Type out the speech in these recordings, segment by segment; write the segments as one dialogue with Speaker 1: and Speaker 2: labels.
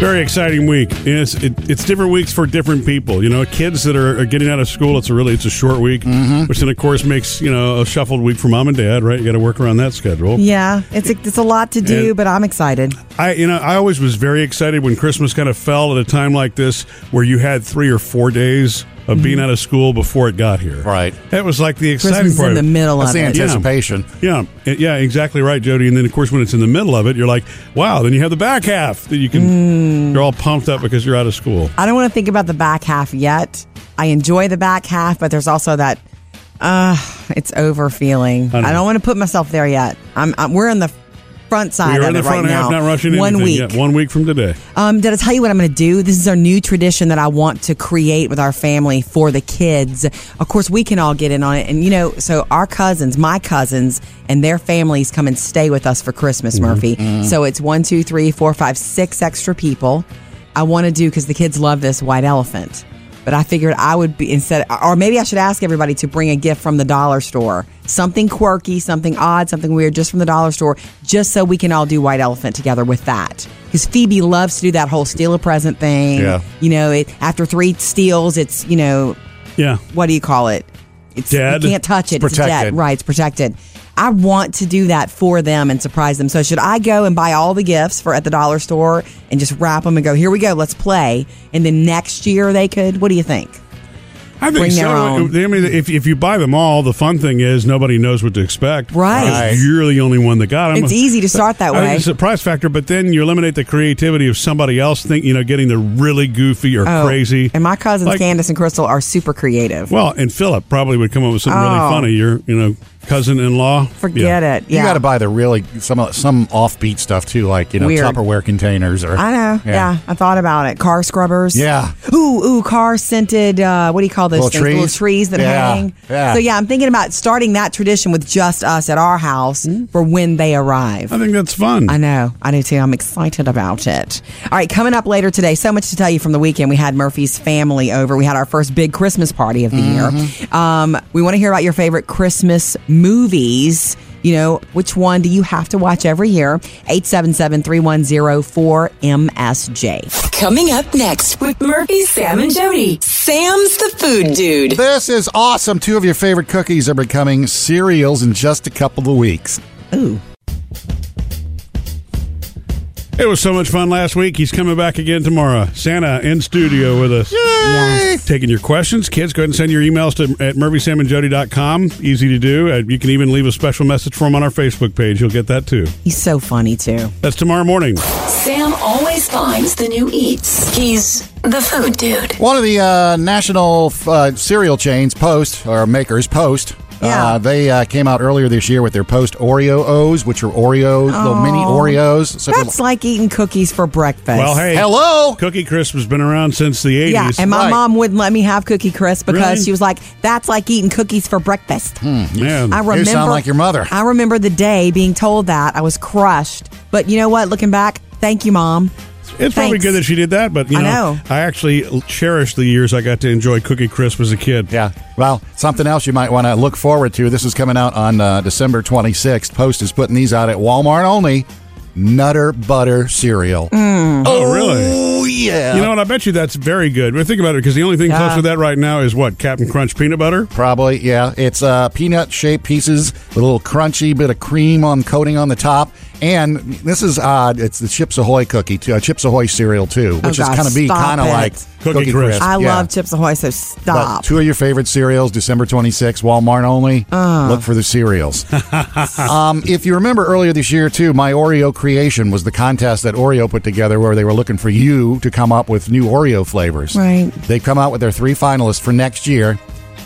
Speaker 1: Very exciting week. And it's it, it's different weeks for different people. You know, kids that are, are getting out of school. It's a really it's a short week, which then of course makes you know a shuffled week for mom and dad. Right, you got to work around that schedule.
Speaker 2: Yeah, it's a, it's a lot to do,
Speaker 1: And-
Speaker 2: but I'm excited.
Speaker 1: I you know I always was very excited when Christmas kind of fell at a time like this where you had three or four days of being out of school before it got here.
Speaker 3: Right.
Speaker 1: That was like the exciting
Speaker 2: Christmas is
Speaker 1: part.
Speaker 2: in
Speaker 1: of
Speaker 2: the
Speaker 1: it.
Speaker 2: middle
Speaker 3: That's
Speaker 2: of
Speaker 3: the
Speaker 2: it.
Speaker 1: Yeah.
Speaker 3: anticipation.
Speaker 1: Yeah, eh, yeah, exactly right, Jody. And then, of course, when it's in the middle of it, you're like, wow. Then you have the back half that you
Speaker 2: Mm.
Speaker 1: can. You're all pumped up because you're out of school.
Speaker 2: I don't want to think about the back half yet. I enjoy the back half, but there's also that uh it's over feeling.
Speaker 1: I
Speaker 2: I,
Speaker 1: know.
Speaker 2: don't want to put myself there yet. I'm, i we're on the front side
Speaker 1: You're in
Speaker 2: of
Speaker 1: the
Speaker 2: it
Speaker 1: front
Speaker 2: right
Speaker 1: half,
Speaker 2: now.
Speaker 1: not rushing
Speaker 2: One
Speaker 1: anything
Speaker 2: week.
Speaker 1: yet. One week from today.
Speaker 2: Um, did I tell you what I'm going to do? This is our new tradition that I want to create with our family for the kids. Of course, we can all get in on it. And, you know, so our cousins, my cousins, and their families come and stay with us for Christmas, Murphy. So it's one, two, three, four, five, six extra people. I want to do because the kids love this white elephant. But I figured I would be instead, or maybe I should ask everybody to bring a gift from the dollar store. Something quirky, something odd, something weird, just from the dollar store, just so we can all do White Elephant together with that. Because Phoebe loves to do that whole steal a present thing.
Speaker 3: Yeah.
Speaker 2: You know, it, after three steals, it's, you know,
Speaker 1: Yeah.
Speaker 2: what do you call it? It's
Speaker 1: Dead.
Speaker 2: You can't touch it.
Speaker 3: It's
Speaker 2: It's, dead.
Speaker 3: protected.
Speaker 2: Right. It's protected. I want to do that for them and surprise them. So should I go and buy all the gifts for at the dollar store and just wrap them and go, here we go, let's play. And then next year they could. What do you think?
Speaker 1: I think
Speaker 2: Bring
Speaker 1: so.
Speaker 2: their own.
Speaker 1: I mean, if, if you buy them all, the fun thing is nobody knows what to expect.
Speaker 2: Right.
Speaker 1: Because You're the only one that got them.
Speaker 2: It's easy to start that
Speaker 1: I think
Speaker 2: way.
Speaker 1: it's a surprise factor, but then you eliminate the creativity of somebody else. Think you know, getting the really goofy or
Speaker 2: Oh,
Speaker 1: crazy.
Speaker 2: And my cousins
Speaker 1: Like-
Speaker 2: Candace and Crystal are super creative.
Speaker 1: Well, and Philip probably would come up with something really
Speaker 2: Oh.
Speaker 1: funny. Your you know cousin in law.
Speaker 2: Forget it. Yeah.
Speaker 3: You got to buy the really some some offbeat stuff too, like you know
Speaker 2: Weird.
Speaker 3: Tupperware containers or
Speaker 2: I know. Yeah. I thought about it. Car scrubbers.
Speaker 3: Yeah.
Speaker 2: Ooh, ooh, car scented. Uh, what do you call those
Speaker 3: Little
Speaker 2: things? Little
Speaker 3: trees.
Speaker 2: trees that
Speaker 3: Yeah.
Speaker 2: hang.
Speaker 3: Yeah.
Speaker 2: So yeah, I'm thinking about starting that tradition with just us at our house
Speaker 3: Mm-hmm.
Speaker 2: for when they arrive.
Speaker 1: I think that's fun.
Speaker 2: I know. I do too. I'm excited about it. All right, coming up later today, so much to tell you from the weekend. We had Murphy's family over. We had our first big Christmas party of the
Speaker 3: Mm-hmm.
Speaker 2: year. Um, we want to hear about your favorite Christmas movies. You know, which one do you have to watch every year? 877 310 4MSJ.
Speaker 4: Coming up next with Murphy, Sam, and Jody. Sam's the food dude.
Speaker 3: This is awesome. Two of your favorite cookies are becoming cereals in just a couple of weeks.
Speaker 2: Ooh.
Speaker 1: It was so much fun last week. He's coming back again tomorrow. Santa in studio with us. Taking your questions. Kids, go ahead and send your emails to at murphysamandjody.com. Easy to do. Uh, you can even leave a special message for him on our Facebook page. You'll get that too.
Speaker 2: He's so funny too.
Speaker 1: That's tomorrow morning.
Speaker 4: Sam always finds the new eats. He's the food dude.
Speaker 3: One of the uh, national uh, cereal chains, Post or makers, Post.
Speaker 2: Yeah.
Speaker 3: Uh, they uh, came out earlier this year with their Post Oreo O's, which are Oreos, little mini Oreos. So if you-
Speaker 2: Oh. That's like eating cookies for breakfast.
Speaker 1: Well, hey.
Speaker 3: hello.
Speaker 1: Cookie Crisp has been around since the 80s.
Speaker 2: Yeah, and my
Speaker 3: Right.
Speaker 2: mom wouldn't let me have Cookie Crisp because
Speaker 1: Really?
Speaker 2: she was like, "That's like eating cookies for breakfast."
Speaker 1: Man.
Speaker 2: I remember.
Speaker 3: Hmm. You sound like your mother.
Speaker 2: I remember the day being told that I was crushed. But you know what? Looking back, thank you, mom.
Speaker 1: It's probably
Speaker 2: Thanks.
Speaker 1: good that she did that, but you
Speaker 2: I
Speaker 1: know,
Speaker 2: know.
Speaker 1: I actually cherish the years I got to enjoy Cookie Crisp as a kid.
Speaker 3: Yeah. Well, something else you might want to look forward to. This is coming out on uh, December 26th. Post is putting these out at Walmart only. Nutter butter cereal.
Speaker 2: Mm.
Speaker 1: Oh, really?
Speaker 3: Oh yeah.
Speaker 1: You know what? I bet you that's very good. But think about it, because the only thing close to that right now is what Captain Crunch peanut butter.
Speaker 3: Probably, yeah. It's uh, peanut shaped pieces with a little crunchy bit of cream on coating on the top. And this is odd. It's the Chips Ahoy cookie, too, uh, Chips Ahoy cereal, too, which
Speaker 2: Oh, God,
Speaker 3: is kind of be
Speaker 2: stop
Speaker 3: kind of
Speaker 2: it.
Speaker 3: like
Speaker 1: Cookie Crisp.
Speaker 2: I
Speaker 3: yeah.
Speaker 2: love Chips Ahoy, so
Speaker 3: But
Speaker 2: stop.
Speaker 3: two of your favorite cereals, December 26th, Walmart only.
Speaker 2: Uh.
Speaker 3: Look for the cereals. um, if you remember earlier this year, too, My Oreo Creation was the contest that Oreo put together where they were looking for you to come up with new Oreo flavors.
Speaker 2: Right.
Speaker 3: They've come out with their three finalists for next year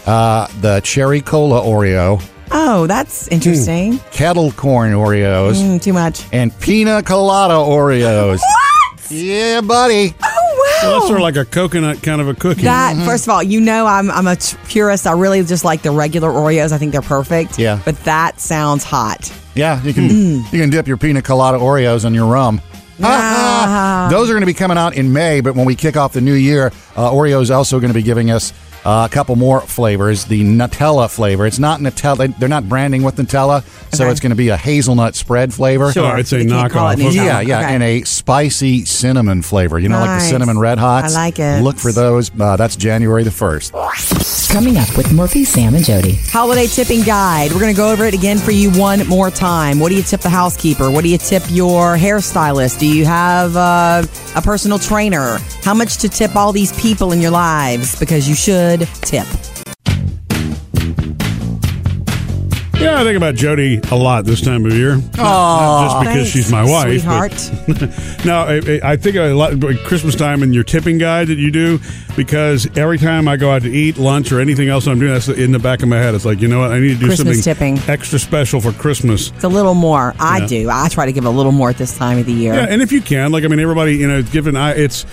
Speaker 3: uh, the Cherry Cola Oreo,
Speaker 2: oh, that's interesting.
Speaker 3: Kettle Corn Oreos,
Speaker 2: Mm, too much.
Speaker 3: and Pina Colada Oreos.
Speaker 2: What?
Speaker 3: Yeah, buddy.
Speaker 2: Oh wow.
Speaker 1: Well, that's sort of like a coconut kind of a cookie.
Speaker 2: That first of all, you know I'm I'm a t- purist. I really just like the regular Oreos. I think they're perfect.
Speaker 3: Yeah.
Speaker 2: But that sounds hot.
Speaker 3: Yeah, you can
Speaker 2: Mm.
Speaker 3: you can dip your pina colada Oreos in your rum.
Speaker 2: Ah.
Speaker 3: Those are going to be coming out in May, but when we kick off the new year, uh, Oreos also going to be giving us Uh, a couple more flavors. The Nutella flavor. It's not Nutella. They're not branding with Nutella, so
Speaker 2: Okay.
Speaker 3: it's going to be a hazelnut spread flavor.
Speaker 1: Sure. Oh, it's a
Speaker 2: They can't call it
Speaker 1: knockoff.
Speaker 2: Nutella.
Speaker 1: Okay.
Speaker 3: Yeah, yeah,
Speaker 2: Okay.
Speaker 3: and a spicy cinnamon flavor. You know, like the
Speaker 2: Nice.
Speaker 3: cinnamon red hots.
Speaker 2: I like it.
Speaker 3: Look for those. Uh, that's January the first.
Speaker 5: Coming up with Murphy, Sam, and Jody.
Speaker 2: Holiday tipping guide. We're going to go over it again for you one more time. What do you tip the housekeeper? What do you tip your hairstylist? Do you have uh, a personal trainer? How much to tip all these people in your lives? Because you should tip.
Speaker 1: Yeah, I think about Jody a lot this time of year. Not- not just because
Speaker 2: Thanks,
Speaker 1: she's my wife. but-
Speaker 2: Sweetheart.
Speaker 1: no, I, I- I think a lot but Christmas time and your tipping guide that you do because every time I go out to eat lunch or anything else I'm doing, that's in the back of my head. It's like you know what I need to do
Speaker 2: Christmas
Speaker 1: something
Speaker 2: tipping.
Speaker 1: extra special for Christmas.
Speaker 2: It's a little more. I
Speaker 1: Yeah.
Speaker 2: do. I try to give a little more at this time of the year.
Speaker 1: Yeah, and if you can, like I mean, everybody, you know, given I, it's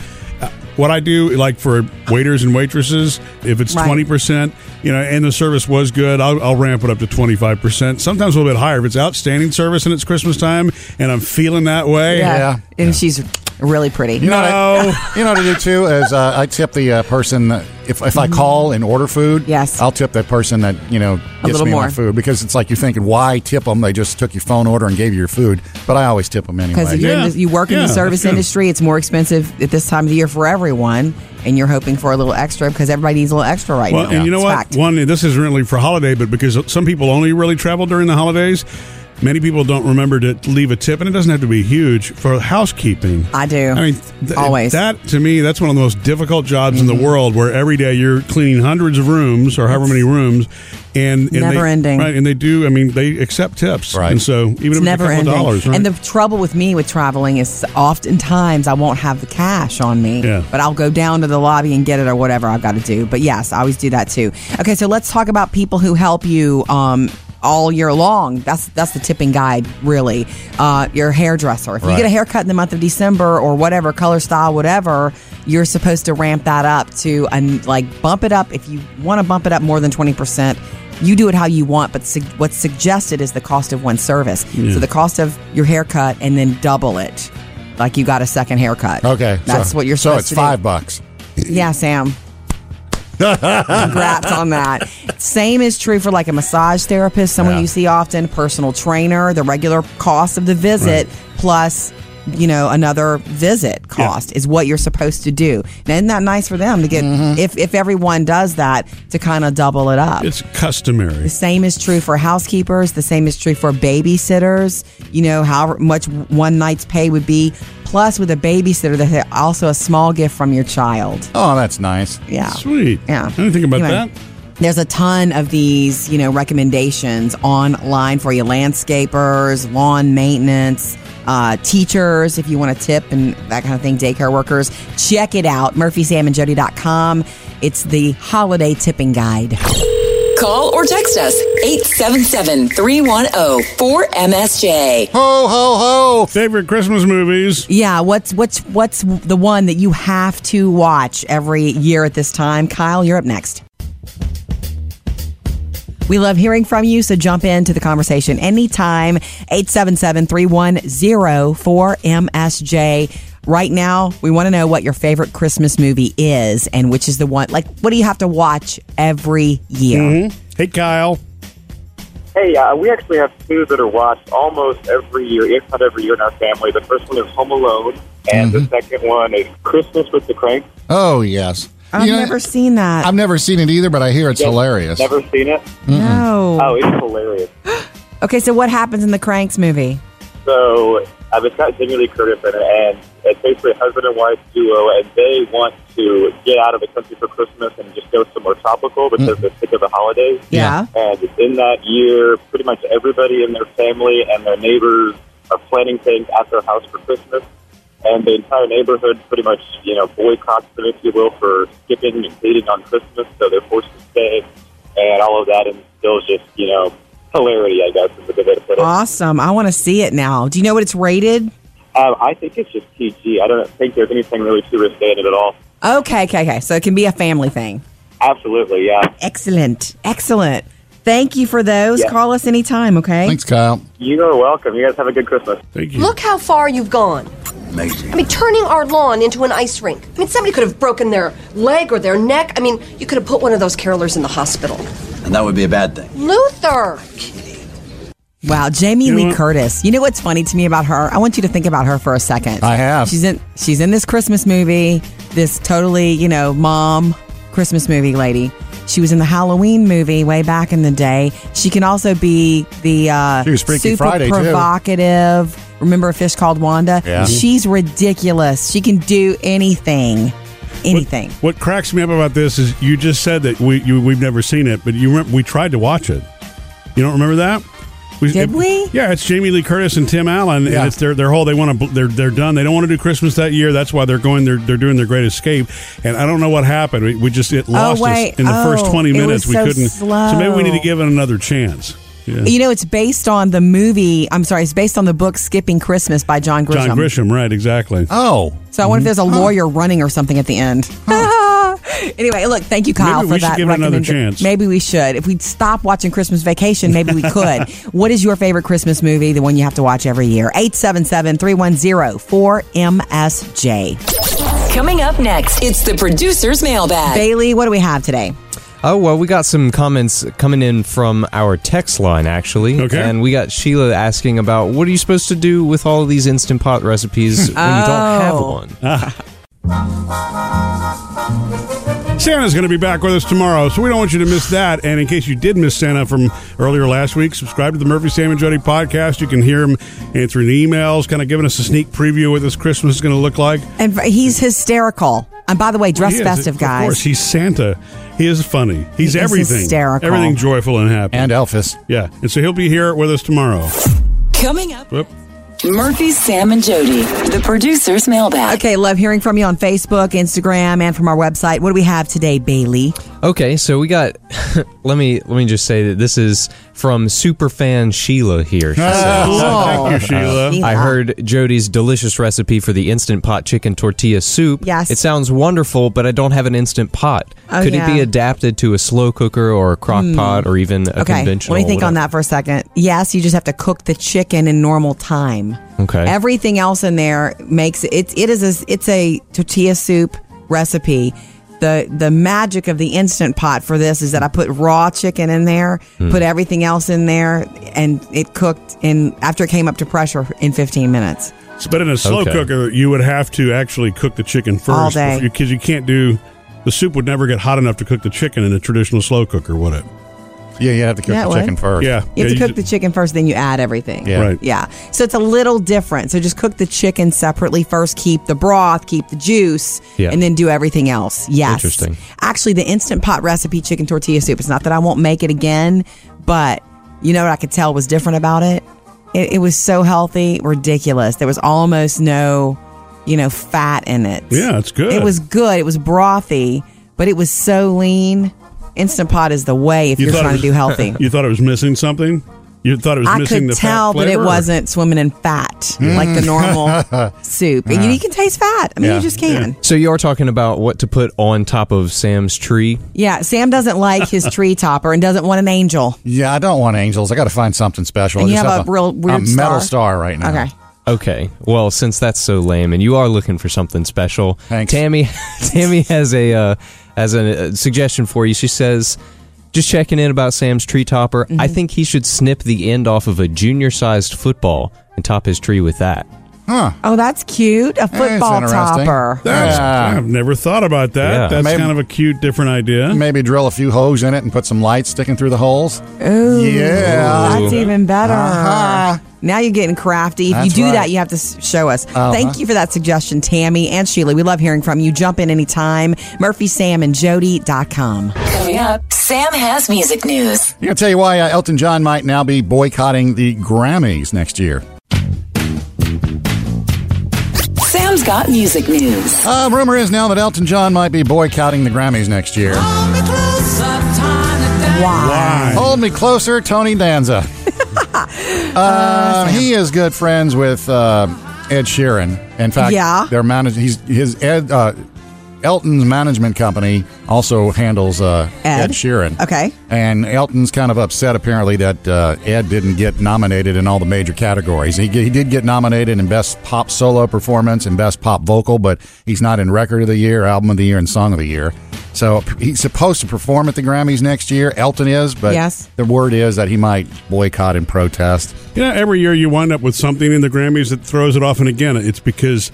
Speaker 1: uh, what I do, like for waiters and waitresses, if it's
Speaker 2: Right.
Speaker 1: twenty percent, you know, and the service was good, I'll, I'll ramp it up to twenty five percent. Sometimes a little bit higher if it's outstanding service and it's Christmas time and I'm feeling that way.
Speaker 3: yeah.
Speaker 2: And she's really pretty.
Speaker 3: You know, what I-
Speaker 1: No.
Speaker 3: you know what I do too is uh, I tip the uh, person that- if if I call and order food.
Speaker 2: Yes.
Speaker 3: I'll tip that person that you know gets
Speaker 2: little
Speaker 3: me my
Speaker 2: more.
Speaker 3: food because it's like you're thinking why tip them? They just took your phone order and gave you your food. But I always tip them anyway.
Speaker 2: Because if you're
Speaker 1: Yeah.
Speaker 2: in the, you work in
Speaker 1: Yeah,
Speaker 2: the service
Speaker 1: that's good.
Speaker 2: industry, it's more expensive at this time of the year for everyone, and you're hoping for a little extra because everybody needs a little extra right
Speaker 1: Well,
Speaker 2: now.
Speaker 1: and you know
Speaker 2: It's
Speaker 1: what?
Speaker 2: fact.
Speaker 1: One, this is really for holiday, but because some people only really travel during the holidays, many people don't remember to leave a tip, and it doesn't have to be huge for housekeeping.
Speaker 2: I do.
Speaker 1: I mean, th-
Speaker 2: Always. Mm-hmm.
Speaker 1: That to me, that's one of the most difficult jobs in the world, where every day you're cleaning hundreds of rooms or however many rooms, and, and they-
Speaker 2: Never ending.
Speaker 1: right? And they do. I mean, they accept tips,
Speaker 3: Right.
Speaker 1: And so even
Speaker 2: it's
Speaker 1: if it's a
Speaker 2: never
Speaker 1: couple of
Speaker 2: ending.
Speaker 1: dollars, right?
Speaker 2: And the trouble with me with traveling is oftentimes I won't have the cash on me,
Speaker 1: Yeah.
Speaker 2: but I'll go down to the lobby and get it or whatever I've got to do. But yes, I always do that too. Okay, so let's talk about people who help you. Um, all year long. That's that's the tipping guide, really. Uh, your hairdresser. If you
Speaker 3: Right.
Speaker 2: get a haircut in the month of December or whatever color style, whatever, you're supposed to ramp that up to and like bump it up. If you want to bump it up more than twenty percent, you do it how you want. But su- what's suggested is the cost of one service. So the cost of your haircut and then double it, like you got a second haircut.
Speaker 3: okay,
Speaker 2: that's
Speaker 3: so,
Speaker 2: what you're
Speaker 3: So
Speaker 2: supposed
Speaker 3: it's
Speaker 2: to do.
Speaker 3: five bucks.
Speaker 2: Yeah, Sam. Congrats on that. Same is true for like a massage therapist, someone
Speaker 3: Yeah.
Speaker 2: you see often, personal trainer, the regular cost of the visit plus you know another visit cost is what you're supposed to do. Now, isn't that nice for them to get
Speaker 3: Mm-hmm.
Speaker 2: if if everyone does that to kind of double it up?
Speaker 1: it's customary.
Speaker 2: The same is true for housekeepers. The same is true for babysitters. You know, how much one night's pay would be. Plus, with a babysitter, there's also a small gift from your child.
Speaker 3: Oh, that's nice.
Speaker 2: Yeah.
Speaker 1: Sweet.
Speaker 2: Yeah.
Speaker 1: I didn't think about
Speaker 2: Anyway,
Speaker 1: that.
Speaker 2: There's a ton of these, you know, recommendations online for you landscapers, lawn maintenance, uh, teachers, if you want to tip and that kind of thing, daycare workers. Check it out, murphysamandjody.com. It's the holiday tipping guide.
Speaker 4: Call or text us 877 310 4MSJ.
Speaker 3: Ho ho ho!
Speaker 1: Favorite Christmas movies.
Speaker 2: Yeah, what's what's what's the one that you have to watch every year at this time? Kyle, you're up next. We love hearing from you, so jump into the conversation anytime. 877-310-4MSJ. Right now, we want to know what your favorite Christmas movie is and which is the one like what do you have to watch every year?
Speaker 3: Mm-hmm.
Speaker 1: Hey, Kyle.
Speaker 6: Hey, uh, we actually have two that are watched almost every year, if not every year, in our family. The first one is Home Alone, and
Speaker 3: Mm-hmm.
Speaker 6: the second one is Christmas with the Cranks.
Speaker 3: Oh yes.
Speaker 2: I've
Speaker 3: You know,
Speaker 2: never seen that.
Speaker 3: I've never seen it either, but I hear it's hilarious.
Speaker 6: Never seen it?
Speaker 2: no.
Speaker 6: Oh, it's hilarious.
Speaker 2: Okay, so what happens in the Cranks movie?
Speaker 6: So um, it's got Jamie Lee Curtis in it, and it's basically a husband and wife duo, and they want to get out of the country for Christmas and just go somewhere tropical because they're sick of the holidays.
Speaker 2: Yeah.
Speaker 6: And in that year, pretty much everybody in their family and their neighbors are planning things at their house for Christmas. And the entire neighborhood pretty much, you know, boycotts them, if you will, for skipping and bleeding on Christmas. So they're forced to stay and all of that. And still just, you know, hilarity, I guess, is a good way to put it.
Speaker 2: Awesome. I want to see it now. Do you know what it's rated?
Speaker 6: Um, I think it's just PG. I don't think there's anything really too risque in it at all.
Speaker 2: Okay, okay, okay. So it can be a family thing.
Speaker 6: Absolutely, yeah.
Speaker 2: Excellent. Excellent. Thank you for those.
Speaker 6: Yeah.
Speaker 2: Call us anytime, okay?
Speaker 3: Thanks, Kyle.
Speaker 6: You are welcome. You guys have a good Christmas.
Speaker 1: Thank you.
Speaker 7: Look how far you've gone. I mean, turning our lawn into an ice rink. I mean, somebody could have broken their leg or their neck. I mean, you could have put one of those carolers in the hospital.
Speaker 8: And that would be a bad thing.
Speaker 7: Luther!
Speaker 2: Wow, Jamie
Speaker 1: You know
Speaker 2: Lee
Speaker 1: what?
Speaker 2: Curtis. You know what's funny to me about her? I want you to think about her for a second.
Speaker 3: I have.
Speaker 2: She's in she's in this Christmas movie, this totally, you know, mom Christmas movie lady. She was in the Halloween movie way back in the day. She can also be the uh
Speaker 3: She was Freaky
Speaker 2: super
Speaker 3: Friday, too.
Speaker 2: provocative. Remember a fish called Wanda?
Speaker 3: Yeah.
Speaker 2: She's ridiculous. She can do anything. Anything.
Speaker 1: What cracks me up about this is you just said that we you, we've never seen it, but you remember we tried to watch it. You don't remember that? We,
Speaker 2: Did we?
Speaker 1: Yeah, it's Jamie Lee Curtis and Tim Allen,
Speaker 3: Yeah.
Speaker 1: and it's their their whole. They want to. They're they're done. They don't want to do Christmas that year. That's why they're going. They're they're doing their Great Escape. And I don't know what happened. We, we just it lost
Speaker 2: Oh, wait.
Speaker 1: us in the first
Speaker 2: Oh,
Speaker 1: twenty
Speaker 2: it was
Speaker 1: minutes. we
Speaker 2: so
Speaker 1: couldn't. So maybe we need to
Speaker 2: slow.
Speaker 1: give it another chance. Yeah.
Speaker 2: You know, it's based on the movie. I'm sorry, it's based on the book "Skipping Christmas" by John Grisham.
Speaker 1: John Grisham, right? Exactly.
Speaker 3: Oh,
Speaker 2: So I wonder if there's a lawyer running or something at the end. anyway, look, thank you, Kyle,
Speaker 1: Maybe
Speaker 2: for
Speaker 1: we should
Speaker 2: that.
Speaker 1: give it another
Speaker 2: recommenda-
Speaker 1: chance.
Speaker 2: Maybe we should. If we'd stop watching Christmas Vacation, maybe we could. what is your favorite Christmas movie, the one you have to watch every year? 877-310-4MSJ.
Speaker 4: Coming up next, it's the producer's mailbag.
Speaker 2: Bailey, what do we have today?
Speaker 9: Oh, well, we got some comments coming in from our text line, actually.
Speaker 1: Okay.
Speaker 9: And we got Sheila asking about what are you supposed to do with all of these Instant Pot recipes when you don't have
Speaker 2: Oh.
Speaker 9: one?
Speaker 1: Santa's going to be back with us tomorrow, so we don't want you to miss that. And in case you did miss Santa from earlier last week, subscribe to the Murphy, Sam, and Jody podcast. You can hear him answering emails, kind of giving us a sneak preview of what this Christmas is going to look like.
Speaker 2: And f- he's hysterical. And by the way, dress
Speaker 1: He is,
Speaker 2: festive,
Speaker 1: Of
Speaker 2: guys.
Speaker 1: course, he's Santa. He is funny. He's
Speaker 2: He is
Speaker 1: everything.
Speaker 2: hysterical.
Speaker 1: Everything joyful and happy.
Speaker 3: and Elphys.
Speaker 1: yeah, and so he'll be here with us tomorrow.
Speaker 4: Coming up,
Speaker 1: Whoop.
Speaker 4: Murphy, Sam, and Jody, the producer's mailbag.
Speaker 2: Okay, love hearing from you on Facebook, Instagram, and from our website. What do we have today, Bailey?
Speaker 9: Okay, so we got. let me let me just say that this is from superfan Sheila here. She says,
Speaker 1: Thank you, Sheila.
Speaker 9: Oh. I heard Jody's delicious recipe for the instant pot chicken tortilla soup.
Speaker 2: Yes.
Speaker 9: It sounds wonderful, but I don't have an instant pot.
Speaker 2: Oh,
Speaker 9: Could it be
Speaker 2: yeah. Hmm.
Speaker 9: adapted to a slow cooker or a crock pot or even a
Speaker 2: Okay,
Speaker 9: conventional?
Speaker 2: let me think
Speaker 9: whatever?
Speaker 2: on that for a second. Yes, you just have to cook the chicken in normal time.
Speaker 9: Okay.
Speaker 2: Everything else in there makes it. It is a, it's a tortilla soup recipe. the The magic of the instant pot for this is that I put raw chicken in there,
Speaker 9: Hmm.
Speaker 2: put everything else in there, and it cooked in after it came up to pressure in fifteen minutes.
Speaker 1: But in a slow
Speaker 9: Okay.
Speaker 1: cooker, you would have to actually cook the chicken first
Speaker 2: All day.
Speaker 1: because you can't do the soup would never get hot enough to cook the chicken in a traditional slow cooker, would it?
Speaker 3: Yeah, you have to cook
Speaker 2: Yeah,
Speaker 3: the
Speaker 2: what?
Speaker 3: chicken first.
Speaker 2: You
Speaker 1: Yeah,
Speaker 2: have
Speaker 1: Yeah,
Speaker 2: to cook
Speaker 1: ju-
Speaker 2: the chicken first, then you add everything.
Speaker 3: Yeah.
Speaker 1: Right.
Speaker 2: Yeah. So it's a little different. So just cook the chicken separately first, keep the broth, keep the juice,
Speaker 9: Yeah.
Speaker 2: and then do everything else. Yes.
Speaker 9: Interesting.
Speaker 2: Actually, the instant pot recipe chicken tortilla soup, it's not that I won't make it again, but you know what I could tell was different about it? It, it was so healthy, ridiculous. There was almost no, you know, fat in it.
Speaker 1: Yeah, it's good.
Speaker 2: It was good. It was brothy, but it was so lean. Instant pot is the way if
Speaker 1: You
Speaker 2: you are
Speaker 1: thought it
Speaker 2: trying
Speaker 1: was-
Speaker 2: to do healthy.
Speaker 1: You thought it was missing something? You thought it was
Speaker 2: I
Speaker 1: missing
Speaker 2: could
Speaker 1: the fat
Speaker 2: tell that it
Speaker 1: flavor, or-
Speaker 2: wasn't swimming in fat like the normal soup. And you, you can taste fat. I mean,
Speaker 3: Mm. Yeah.
Speaker 2: you just can.
Speaker 9: So you are talking about what to put on top of Sam's tree.
Speaker 2: Yeah. Sam doesn't like his tree topper and doesn't want an angel.
Speaker 3: Yeah, I don't want angels. I got to find something special.
Speaker 2: And
Speaker 3: I
Speaker 2: you
Speaker 3: just
Speaker 2: have a real weird
Speaker 3: a metal
Speaker 2: star?
Speaker 3: star right now.
Speaker 2: Okay.
Speaker 9: Okay. Well, since that's so lame, and you are looking for something special,
Speaker 3: Thanks.
Speaker 9: Tammy. Tammy has a uh, as a uh, suggestion for you. She says, "Just checking in about Sam's tree topper. I
Speaker 10: Mm-hmm.
Speaker 9: think he should snip the end off of a junior-sized football and top his tree with that."
Speaker 2: Oh, that's cute. A
Speaker 3: That's
Speaker 2: football
Speaker 3: interesting.
Speaker 2: topper.
Speaker 1: That's,
Speaker 3: Yeah.
Speaker 1: I've never thought about that.
Speaker 9: Yeah.
Speaker 1: That's
Speaker 3: Maybe-
Speaker 1: kind of a cute, different idea.
Speaker 3: Maybe drill a few holes in it and put some lights sticking through the holes.
Speaker 2: Ooh,
Speaker 3: Yeah.
Speaker 2: That's even better.
Speaker 3: Uh-huh.
Speaker 2: Now you're getting crafty. If
Speaker 3: That's
Speaker 2: you do
Speaker 3: right. Uh-huh.
Speaker 2: that, you have to s- show us. Thank you for that suggestion, Tammy and Sheila. We love hearing from you. Jump in anytime. MurphySamandJody.com.
Speaker 4: Coming up, Sam has music news.
Speaker 3: You're going to tell you why uh, Elton John might now be boycotting the Grammys next year.
Speaker 4: Sam's got music news.
Speaker 3: Uh, rumor is now that Elton John might be boycotting the Grammys next year.
Speaker 1: Why?
Speaker 3: Hold me closer, Tony Danza. Uh, he is good friends with uh, Ed Sheeran. In fact,
Speaker 2: Yeah.
Speaker 3: they're managed. He's his Ed. Uh, Elton's management company also handles uh,
Speaker 2: Ed?
Speaker 3: Ed Sheeran.
Speaker 2: Okay.
Speaker 3: And Elton's kind of upset, apparently, that uh, Ed didn't get nominated in all the major categories. He, he did get nominated in Best Pop Solo Performance and Best Pop Vocal, but he's not in Record of the Year, Album of the Year, and Song of the Year. So he's supposed to perform at the Grammys next year. Elton is, but
Speaker 2: Yes.
Speaker 3: the word is that he might boycott and protest.
Speaker 1: You know, every year you wind up with something in the Grammys that throws it off, and again, it's because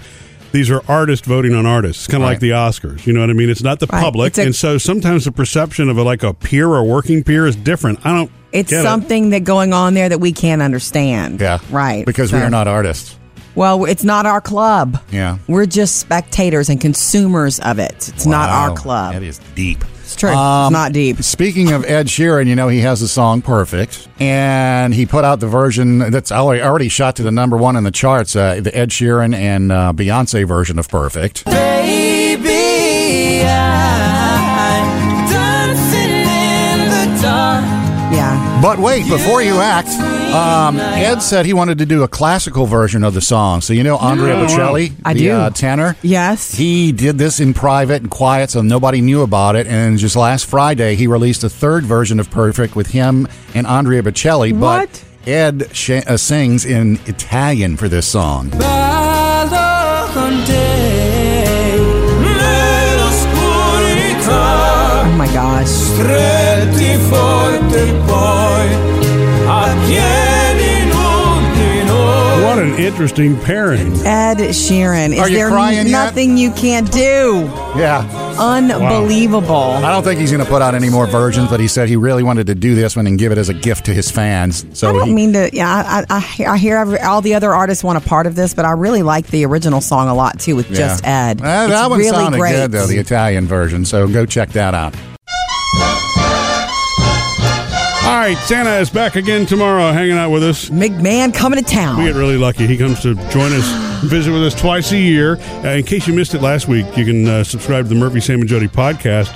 Speaker 1: these are artists voting on artists. It's kind of like
Speaker 3: Right.
Speaker 1: the Oscars. You know what I mean? It's not the
Speaker 2: Right.
Speaker 1: public,
Speaker 2: It's a-
Speaker 1: and so sometimes the perception of a, like a peer or working peer is different. I don't.
Speaker 2: It's
Speaker 1: get it.
Speaker 2: something that going on there that we can't understand.
Speaker 3: Yeah.
Speaker 2: Right.
Speaker 3: Because we
Speaker 2: so-
Speaker 3: are not artists.
Speaker 2: Well, it's not our club.
Speaker 3: Yeah.
Speaker 2: We're just spectators and consumers of it. It's not
Speaker 3: Wow.
Speaker 2: our club.
Speaker 3: That is deep.
Speaker 2: It's true.
Speaker 3: Um,
Speaker 2: it's not deep.
Speaker 3: Speaking of Ed Sheeran, you know he has the song "Perfect," and he put out the version that's already already shot to the number one in the charts. Uh, the Ed Sheeran and uh, Beyonce version of "Perfect."
Speaker 2: Yeah.
Speaker 3: But wait, before you act, um, Ed said he wanted to do a classical version of the song. So you know Andrea Bocelli,
Speaker 2: I
Speaker 3: the
Speaker 2: do.
Speaker 3: Uh, tenor.
Speaker 2: Yes.
Speaker 3: He did this in private and quiet, so nobody knew about it. And just last Friday, he released a third version of Perfect with him and Andrea Bocelli.
Speaker 2: What?
Speaker 3: But Ed sh- uh, sings in Italian for this song.
Speaker 2: Oh my gosh.
Speaker 1: What an interesting pairing.
Speaker 2: Ed Sheeran. Is
Speaker 3: Are you
Speaker 2: there
Speaker 3: crying yet?
Speaker 2: nothing you can't do?
Speaker 3: Yeah.
Speaker 2: Unbelievable.
Speaker 3: I don't think he's going to put out any more versions, but he said he really wanted to do this one and give it as a gift to his fans. So
Speaker 2: I don't
Speaker 3: he,
Speaker 2: mean to. Yeah, I, I, I hear- I hear every, all the other artists want a part of this, but I really like the original song a lot too with
Speaker 3: yeah.
Speaker 2: just Ed.
Speaker 3: Uh,
Speaker 2: It's
Speaker 3: that one
Speaker 2: really
Speaker 3: sounded
Speaker 2: great.
Speaker 3: good, though, the Italian version. So go check that out.
Speaker 1: All right, Santa is back again tomorrow, hanging out with us.
Speaker 2: McMahon coming to town.
Speaker 1: We get really lucky. He comes to join us, visit with us twice a year. Uh, in case you missed it last week, you can uh, subscribe to the Murphy Sam and Jody podcast.